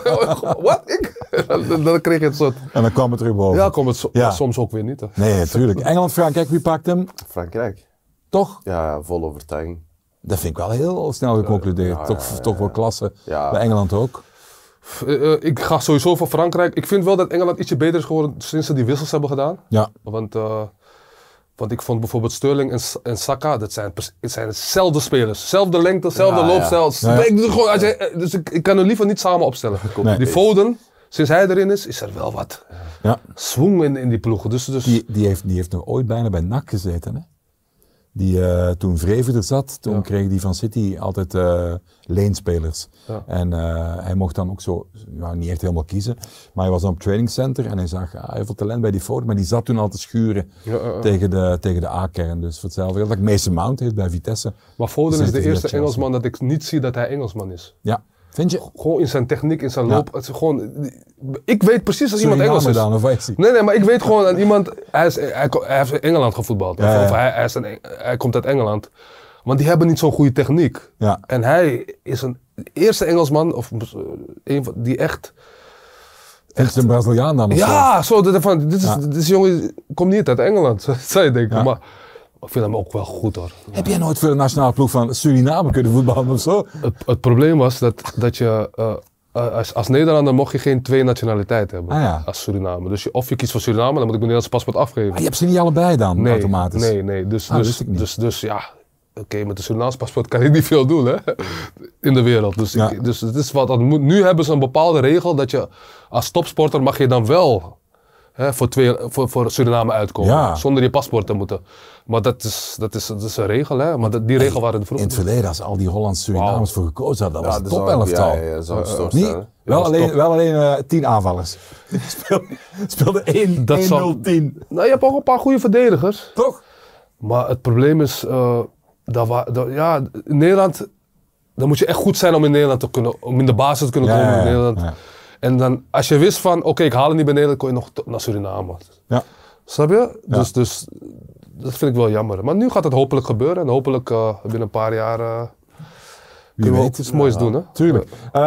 [SPEAKER 2] Wat? Ik? Dan, dan kreeg je het soort.
[SPEAKER 1] En dan kwam het terug boven.
[SPEAKER 2] Ja, komt het so-
[SPEAKER 1] Ja.
[SPEAKER 2] maar soms ook weer niet. Hè.
[SPEAKER 1] Nee, natuurlijk. Engeland, Frankrijk, wie pakt hem?
[SPEAKER 3] Frankrijk.
[SPEAKER 1] Toch?
[SPEAKER 3] Ja, vol overtuiging.
[SPEAKER 1] Dat vind ik wel heel snel geconcludeerd. toch, toch wel klasse.
[SPEAKER 3] Ja.
[SPEAKER 1] Bij Engeland ook.
[SPEAKER 2] Eh, eh, ik ga sowieso voor Frankrijk. Ik vind wel dat Engeland ietsje beter is geworden sinds ze die wissels hebben gedaan.
[SPEAKER 1] Ja.
[SPEAKER 2] Want, eh, want ik vond bijvoorbeeld Sterling en, S- en Saka, dat zijn, pers- het zijn dezelfde spelers. Zelfde lengte, zelfde
[SPEAKER 3] Ja,
[SPEAKER 2] loopstijl.
[SPEAKER 1] ja.
[SPEAKER 2] Ik doe gewoon, als je- eh, dus ik, ik kan er liever niet samen opstellen.
[SPEAKER 1] Nee.
[SPEAKER 2] Die Foden, sinds hij erin is, is er wel wat
[SPEAKER 1] ja.
[SPEAKER 2] zwoeng in, in die ploeg. Dus, dus
[SPEAKER 1] Die, die, heeft, die heeft nog ooit bijna bij NAC gezeten. Hè? Die, eh, toen Vreven er zat, toen kreeg die van City altijd eh, leenspelers. En eh, hij mocht dan ook zo, nou, niet echt helemaal kiezen, maar hij was dan op trainingscenter en hij zag ah, heel veel talent bij die foto, maar die zat toen al te schuren tegen de, tegen de A-kern. Dus voor hetzelfde geld dat ik Mason Mount heeft bij Vitesse.
[SPEAKER 2] maar Foden is
[SPEAKER 1] Zit
[SPEAKER 2] de
[SPEAKER 1] hij bij
[SPEAKER 2] eerste
[SPEAKER 1] Chelsea?
[SPEAKER 2] Engelsman dat ik niet zie dat hij Engelsman is.
[SPEAKER 1] Ja, vind je?
[SPEAKER 2] Gewoon in zijn techniek, in zijn
[SPEAKER 1] Ja.
[SPEAKER 2] loop. Het is gewoon, ik weet precies als iemand
[SPEAKER 1] Suriname
[SPEAKER 2] Engels is.
[SPEAKER 1] dan, of wat is hij?
[SPEAKER 2] Nee, nee, maar ik weet gewoon dat iemand. Hij, is, hij, ko- hij heeft in Engeland gevoetbald.
[SPEAKER 1] Ja, ja.
[SPEAKER 2] Of hij, hij, is een Eng- hij komt uit Engeland. Want die hebben niet zo'n goede techniek.
[SPEAKER 1] Ja.
[SPEAKER 2] En hij is een eerste Engelsman, of eh, een van die echt.
[SPEAKER 1] Vind je een Braziliaan dan of zo?
[SPEAKER 2] Ja, zo, dat, van, dit is,
[SPEAKER 1] Ja.
[SPEAKER 2] dit is jongen, komt niet uit Engeland, zou je denken. Maar ik vind hem ook wel goed hoor.
[SPEAKER 1] Heb jij nooit voor de nationale ploeg van Suriname kunnen voetballen of zo?
[SPEAKER 2] Het, het probleem was dat, dat je. eh, eh, als, als Nederlander mocht je geen twee nationaliteiten hebben
[SPEAKER 1] Ah, ja.
[SPEAKER 2] als Suriname. Dus je, of je kiest voor Suriname, dan moet ik mijn Nederlands paspoort afgeven.
[SPEAKER 1] Ah, je hebt ze niet allebei dan,
[SPEAKER 2] Nee,
[SPEAKER 1] automatisch.
[SPEAKER 2] Nee, nee. Dus,
[SPEAKER 1] Ah,
[SPEAKER 2] dus,
[SPEAKER 1] wist ik niet.
[SPEAKER 2] dus, dus ja, oké, met de Surinaams paspoort kan ik niet veel doen hè? in de wereld. Dus,
[SPEAKER 1] Ja.
[SPEAKER 2] ik, dus het is wat, dat moet, nu hebben ze een bepaalde regel dat je als topsporter mag je dan wel hè, voor, twee, voor, voor Suriname uitkomen.
[SPEAKER 1] Ja.
[SPEAKER 2] Zonder je paspoort te moeten. Maar dat is, dat is, dat is een regel, hè? Maar dat, die regel waren er
[SPEAKER 1] In
[SPEAKER 2] vroeger.
[SPEAKER 1] het verleden, als al die Hollandse Surinamers voor gekozen hadden, dat was
[SPEAKER 3] dat
[SPEAKER 1] een
[SPEAKER 3] zou-
[SPEAKER 1] topelftal. Eh,
[SPEAKER 3] Ja, ja, dat zou ik stoer
[SPEAKER 1] Niet?
[SPEAKER 3] stellen.
[SPEAKER 1] wel, alleen, wel alleen eh, tien aanvallers. speelde, speelde 1
[SPEAKER 2] Dat
[SPEAKER 1] 1
[SPEAKER 2] zal-
[SPEAKER 1] 0 10
[SPEAKER 2] Nou, je hebt ook een paar goede verdedigers.
[SPEAKER 1] Toch?
[SPEAKER 2] Maar het probleem is, eh, dat wa- dat, ja, in Nederland, dan moet je echt goed zijn om in Nederland te kunnen, om in de basis te kunnen
[SPEAKER 1] Ja,
[SPEAKER 2] komen
[SPEAKER 1] ja,
[SPEAKER 2] in
[SPEAKER 1] ja,
[SPEAKER 2] Nederland.
[SPEAKER 1] ja.
[SPEAKER 2] En dan, als je wist van, oké, ik haal het niet bij Nederland, kon je nog to- naar Suriname.
[SPEAKER 1] Ja.
[SPEAKER 2] Snap je? Dus, dus dat vind ik wel jammer. Maar nu gaat het hopelijk gebeuren en hopelijk eh, binnen een paar jaar eh,
[SPEAKER 1] Wie
[SPEAKER 2] kunnen we ook
[SPEAKER 1] weet.
[SPEAKER 2] iets moois doen, hè?
[SPEAKER 1] Tuurlijk. Eh,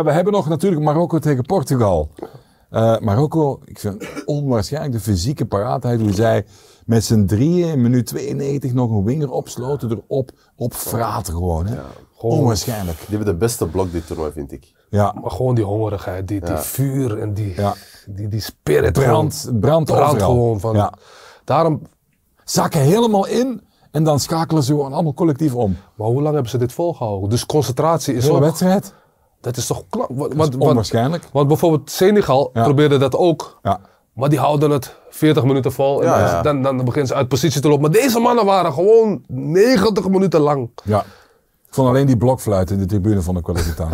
[SPEAKER 1] we hebben nog natuurlijk Marokko tegen Portugal. Eh, Marokko, ik vind onwaarschijnlijk de fysieke paraatheid. Hoe zij met z'n drieën in minuut 92 nog een winger opsloten. Erop op fraten gewoon. Hè? Onwaarschijnlijk.
[SPEAKER 3] Die hebben de beste blok dit toernooi, vind ik.
[SPEAKER 1] Ja.
[SPEAKER 2] Maar gewoon die hongerigheid, die, die vuur en die,
[SPEAKER 1] Ja.
[SPEAKER 2] die, die spirit.
[SPEAKER 1] Brand,
[SPEAKER 2] gewoon.
[SPEAKER 1] brand,
[SPEAKER 2] brand
[SPEAKER 1] overal.
[SPEAKER 2] gewoon van.
[SPEAKER 1] Ja.
[SPEAKER 2] Daarom,
[SPEAKER 1] zakken helemaal in en dan schakelen ze gewoon allemaal collectief om.
[SPEAKER 2] maar hoe lang hebben ze dit volgehouden? Dus concentratie is
[SPEAKER 1] Zo'n
[SPEAKER 2] ook...
[SPEAKER 1] wedstrijd,
[SPEAKER 2] Dat is toch knap? Wat,
[SPEAKER 1] dat is onwaarschijnlijk.
[SPEAKER 2] Want bijvoorbeeld Senegal
[SPEAKER 1] Ja.
[SPEAKER 2] probeerde dat ook.
[SPEAKER 1] Ja.
[SPEAKER 2] Maar die houden het 40 minuten vol. En
[SPEAKER 3] Ja, ja.
[SPEAKER 2] Dan, dan beginnen ze uit positie te lopen. Maar deze mannen waren gewoon 90 minuten lang.
[SPEAKER 1] Ja. Ik vond alleen die blokfluit in de tribune vond ik wel irritant.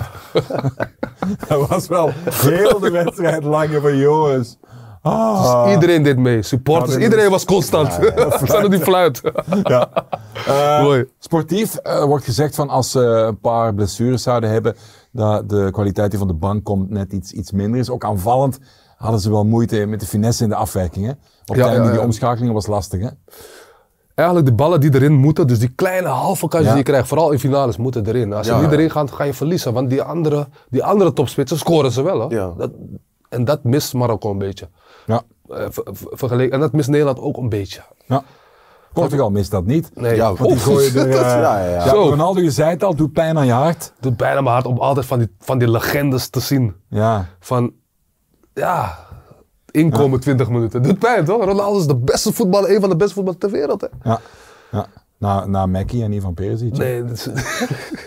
[SPEAKER 1] dat was wel heel de wedstrijd langer van jongens. Ah.
[SPEAKER 2] Dus Iedereen deed mee. Supporters.
[SPEAKER 1] Ja, dat
[SPEAKER 2] iedereen was constant. Ze hadden die fluit.
[SPEAKER 1] Ja. Eh,
[SPEAKER 2] Mooi.
[SPEAKER 1] sportief eh, wordt gezegd van als ze een paar blessures zouden hebben, dat de kwaliteit die van de bank komt net iets, iets minder is. Ook aanvallend hadden ze wel moeite met de finesse in de afwerkingen. Op
[SPEAKER 2] Ja,
[SPEAKER 1] het einde
[SPEAKER 2] ja,
[SPEAKER 1] die
[SPEAKER 2] ja.
[SPEAKER 1] omschakeling was lastig hè?
[SPEAKER 2] Eigenlijk de ballen die erin moeten. Dus die kleine halve kans
[SPEAKER 1] Ja.
[SPEAKER 2] die je krijgt. Vooral in finales moeten erin. Als
[SPEAKER 3] Ja,
[SPEAKER 2] ze niet
[SPEAKER 3] ja.
[SPEAKER 2] erin gaan, ga je verliezen. Want die andere, die andere topspitsen scoren ze wel. Hè?
[SPEAKER 3] Ja.
[SPEAKER 2] Dat, en dat mist Marokko een beetje.
[SPEAKER 1] Ja.
[SPEAKER 2] Eh, ver- ver- vergeleken. En dat mist Nederland ook een beetje.
[SPEAKER 1] ja. Portugal mist dat niet.
[SPEAKER 2] Nee.
[SPEAKER 3] Ja,
[SPEAKER 1] Want die
[SPEAKER 2] Oef.
[SPEAKER 1] gooien er, eh,
[SPEAKER 3] ja, ja, ja.
[SPEAKER 1] Ja,
[SPEAKER 2] Zo.
[SPEAKER 1] Ronaldo, je zei het al, doet pijn aan je hart.
[SPEAKER 2] doet bijna mijn hart om altijd van die, van die legendes te zien.
[SPEAKER 1] Ja.
[SPEAKER 2] Van, ja, inkomen 20 minuten. Doet pijn toch? Ronaldo is de beste voetballer, een van de beste voetballers ter wereld. Hè?
[SPEAKER 1] ja. ja. Na, na Mackie en Ivan Perisic.
[SPEAKER 2] Nee, dat is-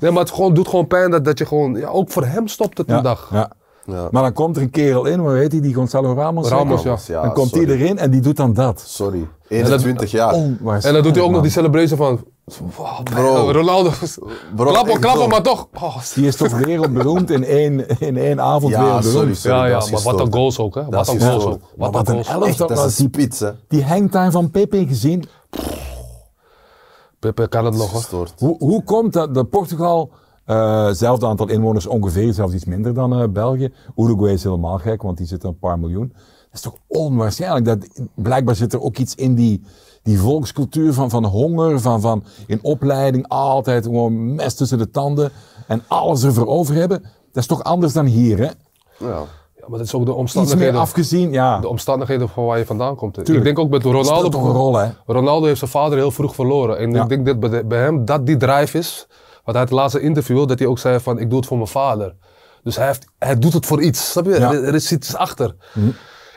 [SPEAKER 2] nee, maar het gewoon, doet gewoon pijn dat, dat je gewoon, ja, ook voor hem stopt het
[SPEAKER 1] ja.
[SPEAKER 2] een dag.
[SPEAKER 1] Ja.
[SPEAKER 3] Ja.
[SPEAKER 1] Maar dan komt er een kerel in, hoe heet die, die Gonzalo Ramos?
[SPEAKER 2] Ramos,
[SPEAKER 1] zeker?
[SPEAKER 3] ja. Ja,
[SPEAKER 1] Dan komt die
[SPEAKER 3] sorry. Ah.
[SPEAKER 1] erin en die doet dan dat. Oh,
[SPEAKER 3] Sorry. 21 jaar.
[SPEAKER 1] Onwaarschijnlijk.
[SPEAKER 2] En dan doet hij ook nog die celebration van, Wow,
[SPEAKER 3] Bro.
[SPEAKER 2] Ronaldo. klappen, klappen,
[SPEAKER 3] echt, bro.
[SPEAKER 2] maar toch. Oh, s-
[SPEAKER 1] Die is toch wereldberoemd in één, in één avond
[SPEAKER 3] Ja,
[SPEAKER 1] wereldberoemd.
[SPEAKER 3] sorry, sorry.
[SPEAKER 2] ja,
[SPEAKER 3] dat
[SPEAKER 2] ja,
[SPEAKER 3] is
[SPEAKER 2] maar wat
[SPEAKER 3] gestoord.
[SPEAKER 2] een goals ook, hè.
[SPEAKER 3] Dat
[SPEAKER 2] Wat een
[SPEAKER 3] is
[SPEAKER 2] goals
[SPEAKER 3] gestoord.
[SPEAKER 2] ook.
[SPEAKER 1] Maar
[SPEAKER 2] Wat
[SPEAKER 1] wat een
[SPEAKER 2] een goals.
[SPEAKER 1] elf.
[SPEAKER 3] Echt, dat
[SPEAKER 1] Dat
[SPEAKER 3] is
[SPEAKER 1] was-
[SPEAKER 3] die pits, hè.
[SPEAKER 1] Die hangtime van Pepe gezien.
[SPEAKER 2] Pepe kan het nog, hoor.
[SPEAKER 3] Gestoord.
[SPEAKER 1] Hoe, hoe komt dat, dat Portugal, eh, hetzelfde aantal inwoners ongeveer, zelfs iets minder dan eh, België. Uruguay is helemaal gek, want die zitten een paar miljoen. Dat is toch onwaarschijnlijk. Dat, blijkbaar zit er ook iets in die, die volkscultuur van, van honger, van, van in opleiding altijd gewoon mes tussen de tanden en alles ervoor over hebben. Dat is toch anders dan hier, hè?
[SPEAKER 3] Ja.
[SPEAKER 2] Ja, maar dat is ook de
[SPEAKER 1] Iets meer
[SPEAKER 2] omstandigheden.
[SPEAKER 1] afgezien, ja.
[SPEAKER 2] De omstandigheden van waar je vandaan komt.
[SPEAKER 1] Tuurlijk.
[SPEAKER 2] Ik denk ook met Ronaldo.
[SPEAKER 1] Speelt toch een rol, hè?
[SPEAKER 2] Ronaldo heeft zijn vader heel vroeg verloren. En
[SPEAKER 1] Ja.
[SPEAKER 2] ik denk dat bij, de- bij hem dat die drive is. Wat hij het laatste interview, dat hij ook zei van ik doe het voor mijn vader. Dus hij, heeft, hij doet het voor iets. Snap je?
[SPEAKER 1] Ja. Mhm.
[SPEAKER 2] Er, er is iets achter.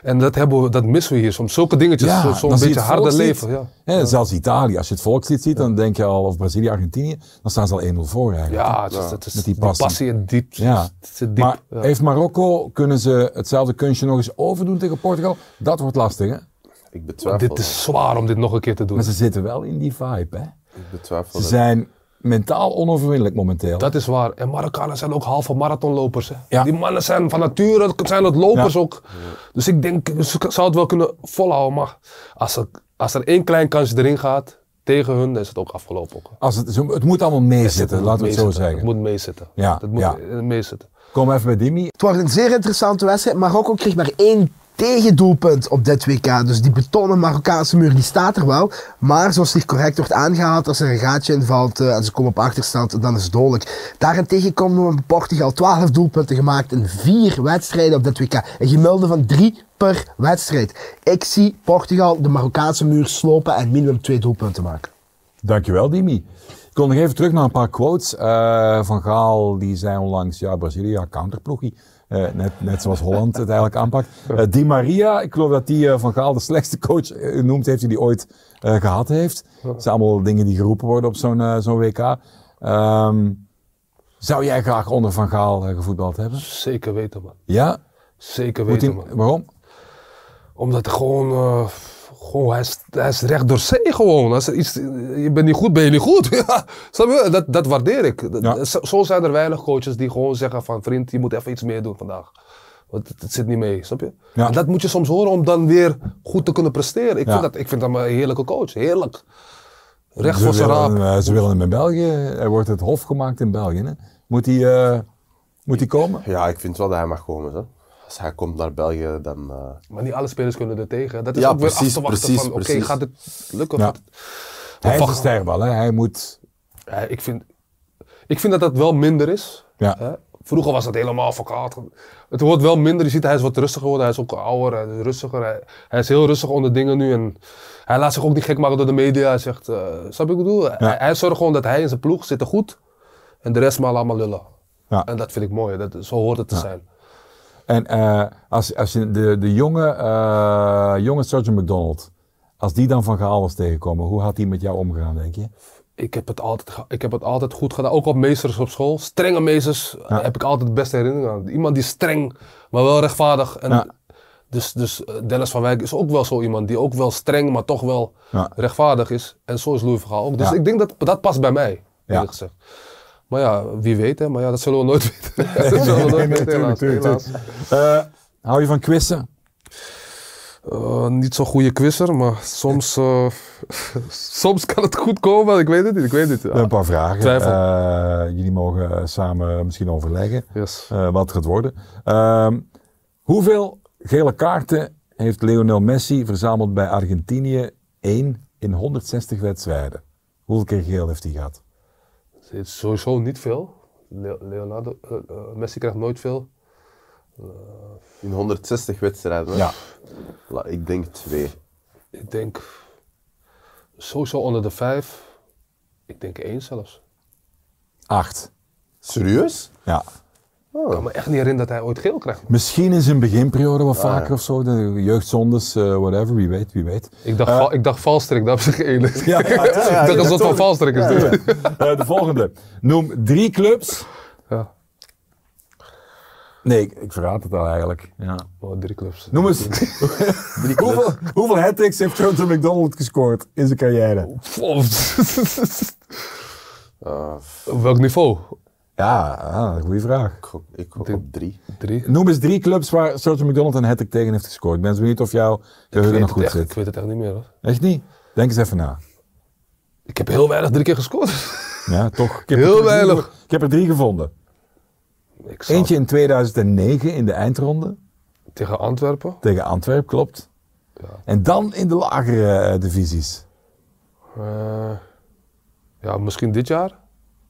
[SPEAKER 2] En dat, hebben we, dat missen we hier soms. Zulke dingetjes, zo- zo'n
[SPEAKER 1] dan zie je
[SPEAKER 2] beetje
[SPEAKER 1] het
[SPEAKER 2] harder
[SPEAKER 1] volkslied.
[SPEAKER 2] leven. Ja.
[SPEAKER 1] Hè, Zelfs Italië, als je het volkslied ziet, dan denk je al, of Brazilië, Argentinië, dan staan ze al 1-0 voor eigenlijk.
[SPEAKER 2] Ja, het is, het is-
[SPEAKER 1] Met die
[SPEAKER 2] die
[SPEAKER 1] passie.
[SPEAKER 2] passie, en diep.
[SPEAKER 1] Ja.
[SPEAKER 2] Dus het zit diep.
[SPEAKER 1] maar
[SPEAKER 2] Ja.
[SPEAKER 1] heeft Marokko, kunnen ze hetzelfde kunstje nog eens overdoen tegen Portugal? Dat wordt lastig, hè?
[SPEAKER 3] Ik betwijfel
[SPEAKER 2] Dit is zwaar om dit nog een keer te doen.
[SPEAKER 1] Maar ze zitten wel in die vibe, hè?
[SPEAKER 3] dat. Ik betwijfel
[SPEAKER 1] Ze
[SPEAKER 3] dat.
[SPEAKER 1] zijn mentaal onoverwinnelijk momenteel.
[SPEAKER 2] Dat is waar. En Marokkanen zijn ook halve marathonlopers. Hè.
[SPEAKER 1] Ja.
[SPEAKER 2] Die mannen zijn van nature zijn het lopers
[SPEAKER 1] Ja.
[SPEAKER 2] ook. Dus ik denk, ze k- zou het wel kunnen volhouden. Maar als er, als er één klein kansje erin gaat tegen hun, dan is het ook afgelopen. Ook.
[SPEAKER 1] Als het, zo- het moet allemaal meezitten, laten we het zo
[SPEAKER 2] Meezitten.
[SPEAKER 1] zeggen.
[SPEAKER 2] Het moet meezitten.
[SPEAKER 1] Ja,
[SPEAKER 2] Het moet
[SPEAKER 1] ja.
[SPEAKER 2] eh, meezitten.
[SPEAKER 1] Kom even bij Dimi.
[SPEAKER 4] Het wordt een zeer interessante wedstrijd. Marokko kreeg maar één tegendoelpunt op dit WK. Dus die betonnen Marokkaanse muur die staat er wel. Maar zoals hier correct wordt aangehaald, als er een gaatje in valt eh, en ze komen op achterstand, dan is het dodelijk. Daarentegen komen we in Portugal 12 doelpunten gemaakt in vier wedstrijden op dit WK. Een gemiddelde van drie per wedstrijd. Ik zie Portugal de Marokkaanse muur slopen en minimum twee doelpunten maken.
[SPEAKER 1] Dankjewel, Dimi. Ik wil nog even terug naar een paar quotes. eh, van Gaal, die zei onlangs, ja, Brazilië, ja, counterploegie. Eh, net, net zoals Holland het eigenlijk aanpakt. Eh, Di Maria, ik geloof dat die eh, Van Gaal de slechtste coach eh, noemt heeft die die ooit eh, gehad heeft. Dat zijn allemaal dingen die geroepen worden op zo'n eh, zo'n WK. Ehm, zou jij graag onder Van Gaal eh, gevoetbald hebben?
[SPEAKER 2] Zeker weten, man.
[SPEAKER 1] Ja?
[SPEAKER 2] Zeker
[SPEAKER 1] Moet
[SPEAKER 2] weten,
[SPEAKER 1] hij-
[SPEAKER 2] man.
[SPEAKER 1] waarom?
[SPEAKER 2] Omdat gewoon, eh, gewoon hij, is, hij is recht door zee gewoon. Als er iets, je bent niet goed, ben je niet goed. Ja, snap je? Dat, dat waardeer ik. Dat-
[SPEAKER 1] Ja.
[SPEAKER 2] Zo, zo zijn er weinig coaches die gewoon zeggen van vriend, je moet even iets meer doen vandaag. Want het, het zit niet mee, snap je?
[SPEAKER 1] Ja.
[SPEAKER 2] En dat moet je soms horen om dan weer goed te kunnen presteren. Ik,
[SPEAKER 1] Ja.
[SPEAKER 2] vind, dat, ik vind dat maar een heerlijke coach, heerlijk. Recht
[SPEAKER 1] Ze
[SPEAKER 2] voor zijn
[SPEAKER 1] willen,
[SPEAKER 2] raap.
[SPEAKER 1] eh, ze willen hem in België. Er wordt het hof gemaakt in België. Hè? Moet hij eh, moet hij komen?
[SPEAKER 3] Ja, ik vind wel dat hij mag komen. Zo. Als hij komt naar België, dan... eh,
[SPEAKER 2] Maar niet alle spelers kunnen er tegen. hè. Dat is
[SPEAKER 3] Ja,
[SPEAKER 2] ook weer
[SPEAKER 3] precies,
[SPEAKER 2] af te wachten
[SPEAKER 3] precies,
[SPEAKER 2] van oké,
[SPEAKER 3] precies.
[SPEAKER 2] gaat het lukken?
[SPEAKER 1] Ja.
[SPEAKER 2] Gaat het-
[SPEAKER 1] Hij is
[SPEAKER 2] Van
[SPEAKER 1] een
[SPEAKER 2] Gaal-
[SPEAKER 1] ster wel, hè? Hij moet.
[SPEAKER 2] Ja, ik, vind, ik vind dat dat wel minder is.
[SPEAKER 1] Ja.
[SPEAKER 2] Hè? Vroeger was dat helemaal verkaald. Het wordt wel minder. Je ziet, hij is wat rustiger geworden. Hij is ook ouder, hij is rustiger. Hij, hij is heel rustig onder dingen nu. En hij laat zich ook niet gek maken door de media. Hij zegt, eh snap je wat ik bedoel? Hij, hij zorgt gewoon dat hij en zijn ploeg zitten goed. En de rest maar allemaal lullen.
[SPEAKER 1] Ja.
[SPEAKER 2] En dat vind ik mooi. Dat, zo hoort het te zijn.
[SPEAKER 1] En eh, als, als je de, de jonge, eh jonge Sergeant McDonald, als die dan van Gaal was tegenkomen, hoe had die met jou omgegaan, denk je?
[SPEAKER 2] Ik heb, het altijd, ge- ik heb het altijd goed gedaan. Ook op meesters op school. Strenge meesters eh, heb ik altijd de beste herinneringen aan. Iemand die streng, maar wel rechtvaardig. En
[SPEAKER 1] Ja.
[SPEAKER 2] Dus, dus eh, Dennis van Wijk is ook wel zo iemand die ook wel streng, maar toch wel
[SPEAKER 1] Ja.
[SPEAKER 2] rechtvaardig is. En zo is Louis van Gaal ook. Dus
[SPEAKER 1] Ja.
[SPEAKER 2] ik denk dat dat past bij mij, eerlijk
[SPEAKER 1] Ja.
[SPEAKER 2] gezegd. Maar ja, wie weet hè. Maar ja, dat zullen we nooit weten. dat zullen we nooit weten, helaas. helaas.
[SPEAKER 1] Eh, hou je van quizzen?
[SPEAKER 2] Eh, niet zo'n goede quizzer, maar soms, eh, soms kan het goed komen. Ik weet het niet, ik weet het niet. Ah,
[SPEAKER 1] Een paar vragen.
[SPEAKER 2] Twijfel.
[SPEAKER 1] Eh, jullie mogen samen misschien overleggen
[SPEAKER 2] Yes.
[SPEAKER 1] eh, wat het gaat worden. Ehm, hoeveel gele kaarten heeft Lionel Messi verzameld bij Argentinië? 1 in 160 wedstrijden. Hoeveel keer geel heeft hij gehad?
[SPEAKER 2] Het is sowieso niet veel. Le- Leonardo, eh, eh, Messi krijgt nooit veel.
[SPEAKER 3] in 160 wedstrijden. hè?
[SPEAKER 1] Ja.
[SPEAKER 3] La- ik denk twee.
[SPEAKER 2] Ik denk sowieso onder de vijf. Ik denk één zelfs.
[SPEAKER 1] Acht.
[SPEAKER 3] Serieus? Oh.
[SPEAKER 1] Ja.
[SPEAKER 2] Ik kan me echt niet herinneren dat hij ooit geel krijgt.
[SPEAKER 1] Misschien in zijn beginperiode
[SPEAKER 2] Ah,
[SPEAKER 1] wat vaker of zo. De jeugdzondes, eh, whatever, wie weet, wie weet.
[SPEAKER 2] Ik dacht, val- ik dacht valstrik, dat was ik eerlijk.
[SPEAKER 1] Ja, ja, ja,
[SPEAKER 2] ik dacht alsof het van
[SPEAKER 3] tuurlijk.
[SPEAKER 2] valstrik is. dit.
[SPEAKER 1] Eh, de volgende. Noem drie clubs
[SPEAKER 2] Ja.
[SPEAKER 1] Nee, ik, ik verraad het al eigenlijk. Ja.
[SPEAKER 2] Oh, drie clubs.
[SPEAKER 1] Noem eens. hoeveel hoeveel hat-tricks heeft Jonathan McDonald gescoord in zijn carrière? Ah.
[SPEAKER 3] Eh,
[SPEAKER 2] Op welk niveau?
[SPEAKER 1] Ja, ah, goede vraag.
[SPEAKER 3] ik gok- ik gok op drie.
[SPEAKER 2] Drie?
[SPEAKER 1] Noem eens drie clubs waar Jonathan McDonald een hat-trick tegen heeft gescoord. Ik ben eens benieuwd of jouw geheugen nog
[SPEAKER 2] het
[SPEAKER 1] goed
[SPEAKER 2] echt, ik
[SPEAKER 1] zit.
[SPEAKER 2] weet het echt niet meer hoor.
[SPEAKER 1] Echt niet? Denk eens even na.
[SPEAKER 2] Ik heb heel weinig drie keer gescoord.
[SPEAKER 1] Ja, toch. Ik heb er
[SPEAKER 2] Heel
[SPEAKER 1] drie
[SPEAKER 2] weinig.
[SPEAKER 1] gevo- Ik heb er drie gevonden.
[SPEAKER 2] Ik zou-
[SPEAKER 1] Eentje in 2009 in de eindronde
[SPEAKER 2] Tegen Antwerpen.
[SPEAKER 1] tegen Antwerpen, klopt. En dan in de lagere eh, divisies.
[SPEAKER 2] Eh, ja, misschien dit jaar.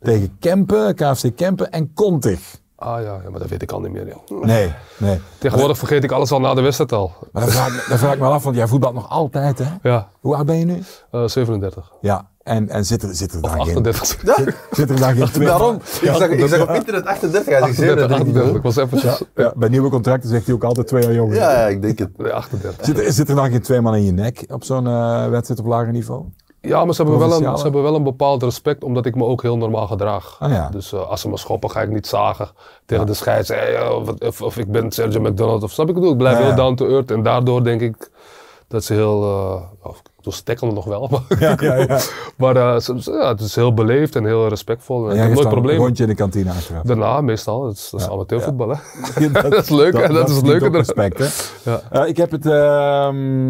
[SPEAKER 1] Tegen Kempen, KFC Kempen en Kontig.
[SPEAKER 2] Ah ja, ja, maar dat weet ik al niet meer. joh.
[SPEAKER 1] Nee, nee.
[SPEAKER 2] Tegenwoordig vergeet ik alles al na de wedstrijd al.
[SPEAKER 1] Maar dan vraag, ik- dan vraag ik me wel af, want jij voetbalt nog altijd, hè?
[SPEAKER 2] Ja,
[SPEAKER 1] Hoe oud ben je nu?
[SPEAKER 2] eh, 37.
[SPEAKER 1] Ja, en, en zit, er, zit, er daar geen,
[SPEAKER 2] 38.
[SPEAKER 1] zit er daar geen twee...
[SPEAKER 3] Daarom, ik zag, ik zag op internet 38, hij zegt
[SPEAKER 2] 38,
[SPEAKER 3] 37.
[SPEAKER 2] 38. Ik was even...
[SPEAKER 1] Ja, ja, bij nieuwe contracten zegt hij ook altijd twee jaar jonger.
[SPEAKER 3] Ja, ja, ik denk het.
[SPEAKER 2] Nee, 38.
[SPEAKER 1] Zit, er- zit er dan geen twee man in je nek op zo'n eh, wedstrijd op lager niveau?
[SPEAKER 2] Ja, maar ze hebben, wel een,
[SPEAKER 1] Provinciale.
[SPEAKER 2] ze hebben wel een bepaald respect, omdat ik me ook heel normaal gedraag.
[SPEAKER 1] Ah, ja.
[SPEAKER 2] Dus eh, als ze me schoppen, ga ik niet zagen tegen de scheids. Hey, eh, wat- of, of ik ben Sergio McDonald, of snap ik het bedoel? Ik blijf
[SPEAKER 1] Ja, ja.
[SPEAKER 2] heel down to earth. En daardoor denk ik dat ze heel... eh of, ik bedoel, ze tackelen nog wel, maar,
[SPEAKER 1] Ja, ja, ja.
[SPEAKER 2] maar eh, ze- ze- ja, het is heel beleefd en heel respectvol. En
[SPEAKER 1] En
[SPEAKER 2] ik
[SPEAKER 1] jij
[SPEAKER 2] heb
[SPEAKER 1] geeft
[SPEAKER 2] nooit
[SPEAKER 1] dan een
[SPEAKER 2] problemen.
[SPEAKER 1] rondje in de kantine achteraf.
[SPEAKER 2] Daarna meestal, dat is, dat is amateurvoetbal hè.
[SPEAKER 1] dat,
[SPEAKER 2] is leuk, hè? Dat is het
[SPEAKER 1] niet
[SPEAKER 2] leuke
[SPEAKER 1] op
[SPEAKER 2] er-
[SPEAKER 1] respect, hè?
[SPEAKER 2] Ja.
[SPEAKER 1] Eh, ik heb het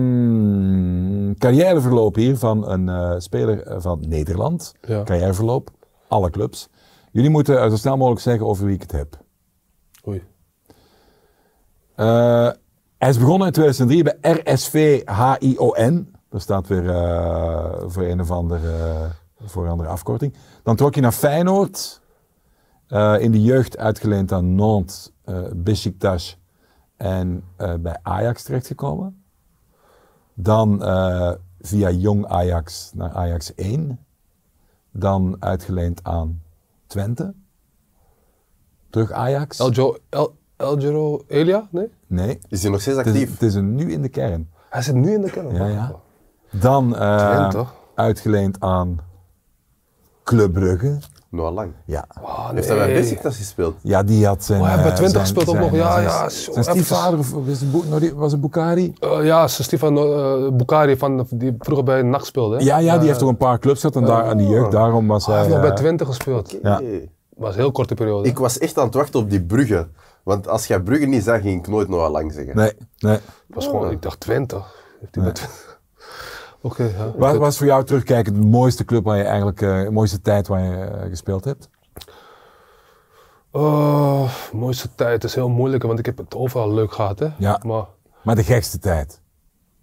[SPEAKER 1] ehm, carrièreverloop hier van een eh, speler eh, van Nederland.
[SPEAKER 2] Ja.
[SPEAKER 1] Carrièreverloop, alle clubs. Jullie moeten eh, zo snel mogelijk zeggen over wie ik het heb.
[SPEAKER 2] Oei.
[SPEAKER 1] Eh, hij is begonnen in 2003 bij RSV HION. Dat staat weer eh, voor, een of andere, voor een andere afkorting. Dan trok hij naar Feyenoord. eh, in de jeugd uitgeleend aan Nantes, eh Besiktas en eh, bij Ajax terechtgekomen. Dan eh, via jong Ajax naar Ajax 1. Dan uitgeleend aan Twente. Terug Ajax.
[SPEAKER 2] El, jo, El, El Giro Elia? Nee?
[SPEAKER 1] Nee,
[SPEAKER 3] Is hij nog steeds
[SPEAKER 1] het is,
[SPEAKER 3] actief?
[SPEAKER 1] het is een nu in de kern.
[SPEAKER 2] Hij zit nu in de kern.
[SPEAKER 1] Ja, ja. Dan eh,
[SPEAKER 2] Twente, toch?
[SPEAKER 1] uitgeleend aan Club Brugge.
[SPEAKER 3] Nog al lang.
[SPEAKER 1] Ja.
[SPEAKER 2] Ah,
[SPEAKER 3] Heeft hij bij
[SPEAKER 2] nee.
[SPEAKER 3] Besiktas gespeeld?
[SPEAKER 1] ja, die had zijn...
[SPEAKER 2] Oh, hij heeft bij
[SPEAKER 1] eh,
[SPEAKER 2] Twente
[SPEAKER 1] zijn-
[SPEAKER 2] gespeeld ook
[SPEAKER 1] zijn-
[SPEAKER 2] nog. Ja,
[SPEAKER 1] zijn-
[SPEAKER 2] ja, zo,
[SPEAKER 1] Zijn stiefvader of was het, Bo- nou, die- was het Bukari?
[SPEAKER 2] Eh, ja, ze Stefan eh Bukari van, die vroeger bij NAC speelde. Hè?
[SPEAKER 1] Ja, ja, die heeft toch een paar clubs gehad en daar, aan die
[SPEAKER 2] oh.
[SPEAKER 1] jeugd. Daarom was
[SPEAKER 2] Hij
[SPEAKER 1] hij...
[SPEAKER 2] heeft nog bij
[SPEAKER 1] eh,
[SPEAKER 2] Twente gespeeld.
[SPEAKER 1] Ja.
[SPEAKER 3] Hey.
[SPEAKER 2] was een heel korte periode.
[SPEAKER 3] Ik was echt aan het wachten op die Brugge. Want als jij Brugge niet zag, ging ik nooit Noah Lang zeggen.
[SPEAKER 1] Nee, nee.
[SPEAKER 2] was gewoon, ik dacht Twente. Heeft hij bij Twente- Oké, ja.
[SPEAKER 1] Wat was voor jou terugkijken de mooiste club waar je eigenlijk... eh, de mooiste tijd waar je eh, gespeeld hebt?
[SPEAKER 2] Eh, mooiste tijd is heel moeilijk, want ik heb het overal leuk gehad. Hè?
[SPEAKER 1] Ja.
[SPEAKER 2] Maar
[SPEAKER 1] Maar de gekste tijd.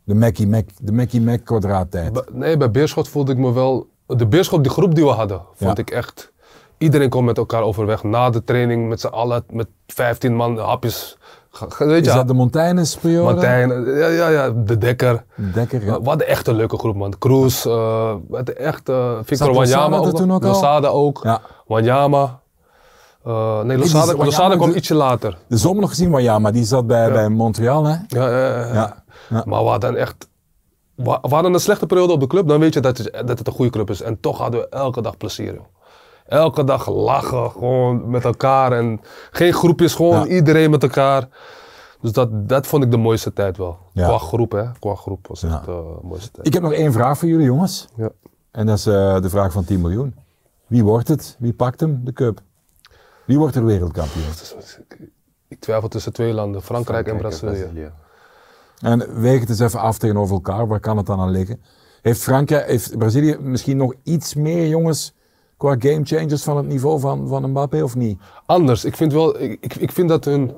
[SPEAKER 1] De Mackie Mac, de Mackie Mac kwadraattijd.
[SPEAKER 2] bij- nee, bij Beerschot voelde ik me wel... De Beerschot, die groep die we hadden, vond ik echt... Iedereen kon met elkaar overweg. Na de training met z'n allen, met 15 man, hapjes. Ge- ge- Weet
[SPEAKER 1] Is
[SPEAKER 2] je,
[SPEAKER 1] dat de Montaigne periode?
[SPEAKER 2] Martijn, eh, ja, ja, ja, de Dekker.
[SPEAKER 1] Dekker, ja.
[SPEAKER 2] We hadden echt een leuke groep, man. Cruz, eh, we hadden echt eh,
[SPEAKER 1] Zat
[SPEAKER 2] Victor
[SPEAKER 1] Lozada
[SPEAKER 2] Wanyama
[SPEAKER 1] er
[SPEAKER 2] ook.
[SPEAKER 1] toen ook al?
[SPEAKER 2] Losada ook.
[SPEAKER 1] Ja.
[SPEAKER 2] Wanyama. Eh, nee,
[SPEAKER 1] die
[SPEAKER 2] Losada,
[SPEAKER 1] Wanyama
[SPEAKER 2] Losada kwam
[SPEAKER 1] doet-
[SPEAKER 2] ietsje later.
[SPEAKER 1] De zomer nog gezien, maar ja, maar die zat bij, bij Montreal, hè?
[SPEAKER 2] Ja, ja, ja.
[SPEAKER 1] Ja. ja.
[SPEAKER 2] Maar we hadden echt... We we hadden een slechte periode op de club, dan weet je dat het, dat het een goede club is. En toch hadden we elke dag plezier, joh. Elke dag lachen, gewoon met elkaar. En geen groepjes, gewoon
[SPEAKER 1] Ja.
[SPEAKER 2] iedereen met elkaar. Dus dat, dat vond ik de mooiste tijd wel.
[SPEAKER 1] Ja.
[SPEAKER 2] Qua groep, hè. Qua groep was
[SPEAKER 1] Ja.
[SPEAKER 2] het eh, de mooiste tijd.
[SPEAKER 1] Ik heb nog één vraag voor jullie, jongens.
[SPEAKER 2] Ja.
[SPEAKER 1] En dat is eh, de vraag van 10 miljoen. Wie wordt het? Wie pakt hem, de cup? Wie wordt er wereldkampioen?
[SPEAKER 2] Ik- Ik twijfel tussen twee landen, Frankrijk, en
[SPEAKER 3] Frankrijk
[SPEAKER 2] Brazilië.
[SPEAKER 1] En weeg het eens even af tegenover elkaar. Waar kan het dan aan liggen? Heeft, Frankrijk, heeft Brazilië misschien nog iets meer, jongens, qua gamechangers van het niveau van, van Mbappé of niet?
[SPEAKER 2] Anders, ik vind, wel, ik, ik, ik vind dat hun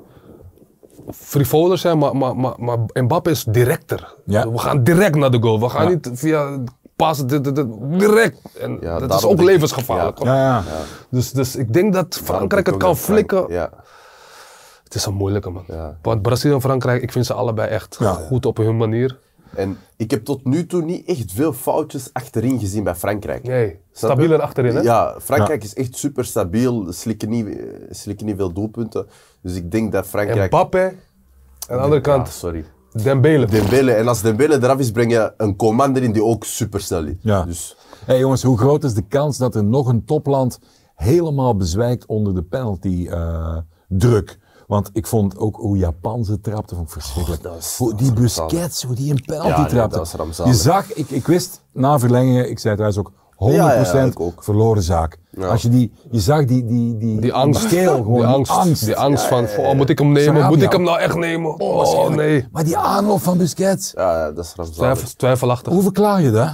[SPEAKER 2] frivoler zijn, maar, maar, maar, maar Mbappé is directer.
[SPEAKER 1] Ja.
[SPEAKER 2] We gaan direct naar de goal, we gaan
[SPEAKER 1] Ja.
[SPEAKER 2] niet via pas, dit, dit, dit, direct. En
[SPEAKER 3] Ja,
[SPEAKER 2] dat is
[SPEAKER 3] daarom
[SPEAKER 2] ook
[SPEAKER 3] denk ik-
[SPEAKER 2] levensgevaarlijk. hoor.
[SPEAKER 1] Ja, ja.
[SPEAKER 2] Dus, dus ik denk dat Frankrijk het kan flikken.
[SPEAKER 3] Ja.
[SPEAKER 2] Het is een moeilijke man.
[SPEAKER 3] Ja.
[SPEAKER 2] Want Brazilië en Frankrijk, ik vind ze allebei echt
[SPEAKER 1] Ja.
[SPEAKER 2] goed op hun manier.
[SPEAKER 3] En ik heb tot nu toe niet echt veel foutjes achterin gezien bij Frankrijk.
[SPEAKER 2] Nee,
[SPEAKER 3] Snap je?
[SPEAKER 2] stabieler achterin hè?
[SPEAKER 3] Ja, Frankrijk is echt super stabiel. Slikken niet, eh, slikken niet veel doelpunten. Dus ik denk dat Frankrijk...
[SPEAKER 2] Mbappé, aan de andere
[SPEAKER 3] Ah,
[SPEAKER 2] kant
[SPEAKER 3] sorry.
[SPEAKER 2] Dembele.
[SPEAKER 3] Dembele. En als Dembele eraf is, breng je een commander in die ook super snel is.
[SPEAKER 1] Ja.
[SPEAKER 3] Dus
[SPEAKER 1] hey jongens, hoe groot is de kans dat er nog een topland helemaal bezwijkt onder de penalty eh, druk? Want ik vond ook hoe Japan ze trapte, vond ik verschrikkelijk.
[SPEAKER 3] Oh, dat is-
[SPEAKER 1] hoe
[SPEAKER 3] dat
[SPEAKER 1] die
[SPEAKER 3] is rampzalig.
[SPEAKER 1] Busquets, hoe die een penalty
[SPEAKER 3] Ja, nee,
[SPEAKER 1] trapte.
[SPEAKER 3] dat is rampzalig.
[SPEAKER 1] je zag, ik, ik wist na verlengen, ik zei thuis ook, 100%
[SPEAKER 3] Ja, ja, ik ook.
[SPEAKER 1] verloren zaak. Als je, die, je zag die, die, die,
[SPEAKER 2] Die angst.
[SPEAKER 1] keel, gewoon
[SPEAKER 2] die angst. Die angst van, oh, moet ik hem nemen?
[SPEAKER 1] Sarabia.
[SPEAKER 2] Moet ik hem nou echt nemen? Oh, nee.
[SPEAKER 1] Maar die aanloop van Busquets,
[SPEAKER 3] Ja, ja, dat is rampzalig.
[SPEAKER 2] Twijfel, twijfelachtig.
[SPEAKER 1] hoe verklaar je dat?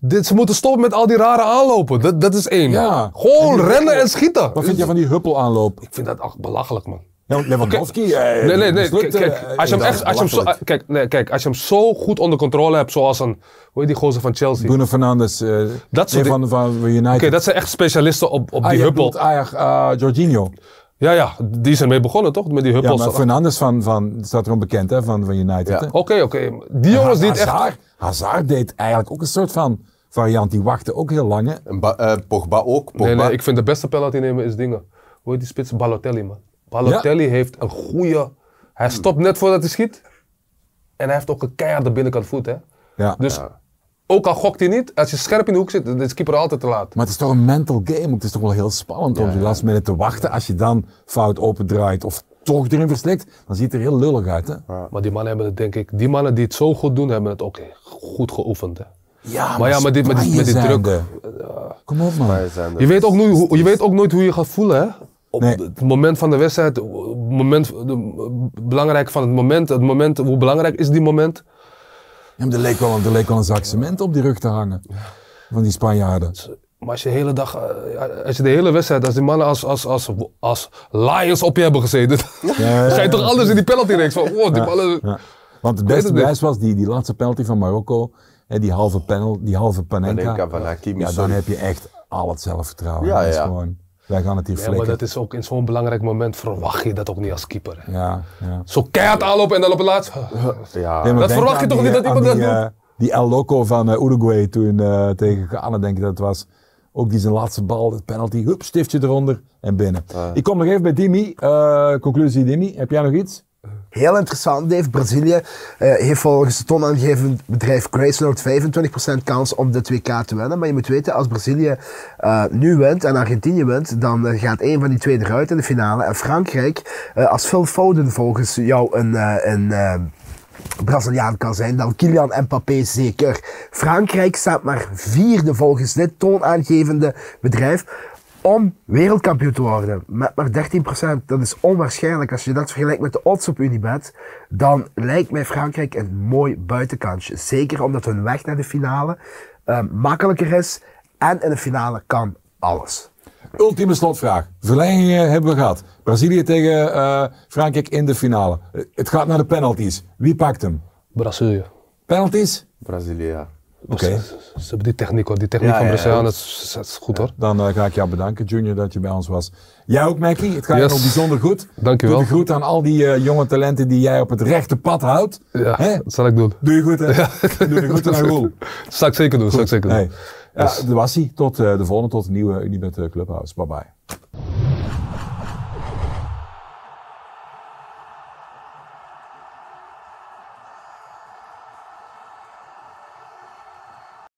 [SPEAKER 2] Dit, ze moeten stoppen met al die rare aanlopen. Dat, dat is één.
[SPEAKER 1] Ja.
[SPEAKER 2] Gewoon rennen en schieten.
[SPEAKER 1] Wat vind je van die huppel aanloop?
[SPEAKER 2] Ik vind dat echt belachelijk, man.
[SPEAKER 1] Ja, want Lewandowski. eh,
[SPEAKER 2] Nee, nee, nee.
[SPEAKER 1] mislukte,
[SPEAKER 2] Kijk,
[SPEAKER 1] eh,
[SPEAKER 2] als je hem
[SPEAKER 1] dat
[SPEAKER 2] echt,
[SPEAKER 1] is
[SPEAKER 2] als je hem zo,
[SPEAKER 1] belachelijk.
[SPEAKER 2] kijk, nee, kijk, als je hem zo goed onder controle hebt, zoals een, hoe heet die gozer van Chelsea? Oké,
[SPEAKER 1] Bruno Fernandes. eh,
[SPEAKER 2] Dat
[SPEAKER 1] nee,
[SPEAKER 2] soort
[SPEAKER 1] van, van United.
[SPEAKER 2] dat zijn echt specialisten op, op
[SPEAKER 1] Ah,
[SPEAKER 2] die
[SPEAKER 1] je
[SPEAKER 2] huppel.
[SPEAKER 1] bedoelt Ajax, eh, Jorginho.
[SPEAKER 2] Ja, ja, die zijn mee begonnen, toch? Met die
[SPEAKER 1] Ja,
[SPEAKER 2] huppels.
[SPEAKER 1] maar
[SPEAKER 2] Oké,
[SPEAKER 1] Fernandes van, van, staat erom bekend, hè, van, van United.
[SPEAKER 3] Ja.
[SPEAKER 1] hè.
[SPEAKER 2] oké. Die Oh, jongens die het echt...
[SPEAKER 1] Hazard, Hazard deed eigenlijk ook een soort van variant. Die wachtte ook heel lang. Hè.
[SPEAKER 3] En Ba- eh, Pogba ook. Pogba.
[SPEAKER 2] Nee, nee, ik vind de beste penalty nemen is dingen. Hoe heet die spits? Balotelli, man. Balotelli heeft een goede. Hij stopt net voordat hij schiet. En hij heeft ook een keiharde binnenkant voet, hè?
[SPEAKER 1] Ja.
[SPEAKER 2] Dus ook al gokt hij niet, als je scherp in de hoek zit, dan is keeper altijd te laat.
[SPEAKER 1] Maar het is toch een mental game. ook. Het is toch wel heel spannend om die last minute te wachten. Als je dan fout opendraait of toch erin verslikt, dan ziet het er heel lullig uit. Hè.
[SPEAKER 2] Maar die mannen hebben het, denk ik, die mannen die het zo goed doen, hebben het ook goed geoefend, hè?
[SPEAKER 1] Ja,
[SPEAKER 2] maar ja, met die- met die- met die
[SPEAKER 1] Spanje
[SPEAKER 2] druk.
[SPEAKER 1] zijn de- Kom op, man.
[SPEAKER 3] Wij zijn er.
[SPEAKER 2] Je weet, ook nooit, hoe- je weet ook nooit hoe je gaat voelen, hè? Op
[SPEAKER 1] Nee.
[SPEAKER 2] het moment van de wedstrijd, het moment, de- belangrijk van het moment, het moment, hoe belangrijk is die moment?
[SPEAKER 1] Ja, maar er, leek wel, een- er leek wel een zak cement op die rug te hangen. Van die Spanjaarden.
[SPEAKER 2] Maar als je de hele dag, eh, ja, als je de hele wedstrijd, als die mannen als, als, als, als lions op je hebben gezeten,
[SPEAKER 1] ja,
[SPEAKER 2] dan ga je toch anders in die penaltyreeks van, wow, die ballen.
[SPEAKER 1] Want het
[SPEAKER 2] weet
[SPEAKER 1] beste
[SPEAKER 2] het niet.
[SPEAKER 1] bewijs was die, die laatste penalty van Marokko. Hè, die halve panel, die halve panenka.
[SPEAKER 3] Panenka van Hakimi,
[SPEAKER 1] ja, dan
[SPEAKER 3] sorry.
[SPEAKER 1] heb je echt al het zelfvertrouwen.
[SPEAKER 3] Ja,
[SPEAKER 1] dat is
[SPEAKER 3] ja.
[SPEAKER 1] gewoon, wij gaan het hier
[SPEAKER 2] Ja, maar
[SPEAKER 1] flikken.
[SPEAKER 2] dat is ook in zo'n belangrijk moment verwacht je dat ook niet als keeper. hè.
[SPEAKER 3] Ah,
[SPEAKER 1] Ja, ja.
[SPEAKER 2] Zo keihard aanlopen en dan op het laatst.
[SPEAKER 3] Ja,
[SPEAKER 1] Nee, maar
[SPEAKER 2] dat
[SPEAKER 1] denk
[SPEAKER 2] verwacht je
[SPEAKER 1] aan
[SPEAKER 2] toch
[SPEAKER 1] die,
[SPEAKER 2] niet dat
[SPEAKER 1] eh, aan
[SPEAKER 2] iemand dat
[SPEAKER 1] die, eh, die El Loco van eh, Uruguay toen eh, tegen Ghana, denk ik dat het was. Ook die zijn laatste bal, de penalty, hup, stiftje eronder en binnen.
[SPEAKER 3] Ah.
[SPEAKER 1] Ik kom nog even bij Dimi. Eh, conclusie Dimi, heb jij nog iets?
[SPEAKER 4] Heel interessant, Dave. Brazilië eh, heeft volgens het toonaangevend bedrijf Graceland 25% kans om dit WK te winnen. Maar je moet weten, als Brazilië eh, nu wint en Argentinië wint, dan eh, gaat één van die twee eruit in de finale. En Frankrijk, eh, als Phil Foden volgens jou een, eh, een eh, Braziliaan kan zijn, dan Kylian Mbappé zeker. Frankrijk staat maar vierde volgens dit toonaangevende bedrijf om wereldkampioen te worden met maar 13%. Dat is onwaarschijnlijk. Als je dat vergelijkt met de odds op Unibet, dan lijkt mij Frankrijk een mooi buitenkansje. Zeker omdat hun weg naar de finale eh, makkelijker is en in de finale kan alles.
[SPEAKER 1] Ultieme slotvraag. Verlengingen hebben we gehad. Brazilië tegen eh, Frankrijk in de finale. Eh, Het gaat naar de penalties. Wie pakt hem?
[SPEAKER 2] Brazilië.
[SPEAKER 1] Penalties?
[SPEAKER 3] Brazilië, ja.
[SPEAKER 1] Oké.
[SPEAKER 2] Ze, ze hebben die techniek hoor, die techniek
[SPEAKER 3] Ja,
[SPEAKER 2] van
[SPEAKER 3] ja,
[SPEAKER 2] Brazilië,
[SPEAKER 3] ja.
[SPEAKER 2] dat, is, dat is goed hoor.
[SPEAKER 1] Dan eh, ga ik jou bedanken, Junior, dat je bij ons was. Jij ook, Mackie. Het gaat je
[SPEAKER 2] Yes.
[SPEAKER 1] nog bijzonder goed.
[SPEAKER 2] Dankjewel.
[SPEAKER 1] Doe de groet aan al die eh, jonge talenten die jij op het rechte pad houdt.
[SPEAKER 2] Ja,
[SPEAKER 1] Hè?
[SPEAKER 2] dat zal ik doen.
[SPEAKER 1] Doe je goed, hè? Doe de groeten aan Roel.
[SPEAKER 2] Zal ik zeker doen, zal ik zeker doen.
[SPEAKER 1] Hey. Ja, dat was hij. Tot eh, de volgende, tot de nieuwe Unibet eh, Clubhouse. Bye-bye.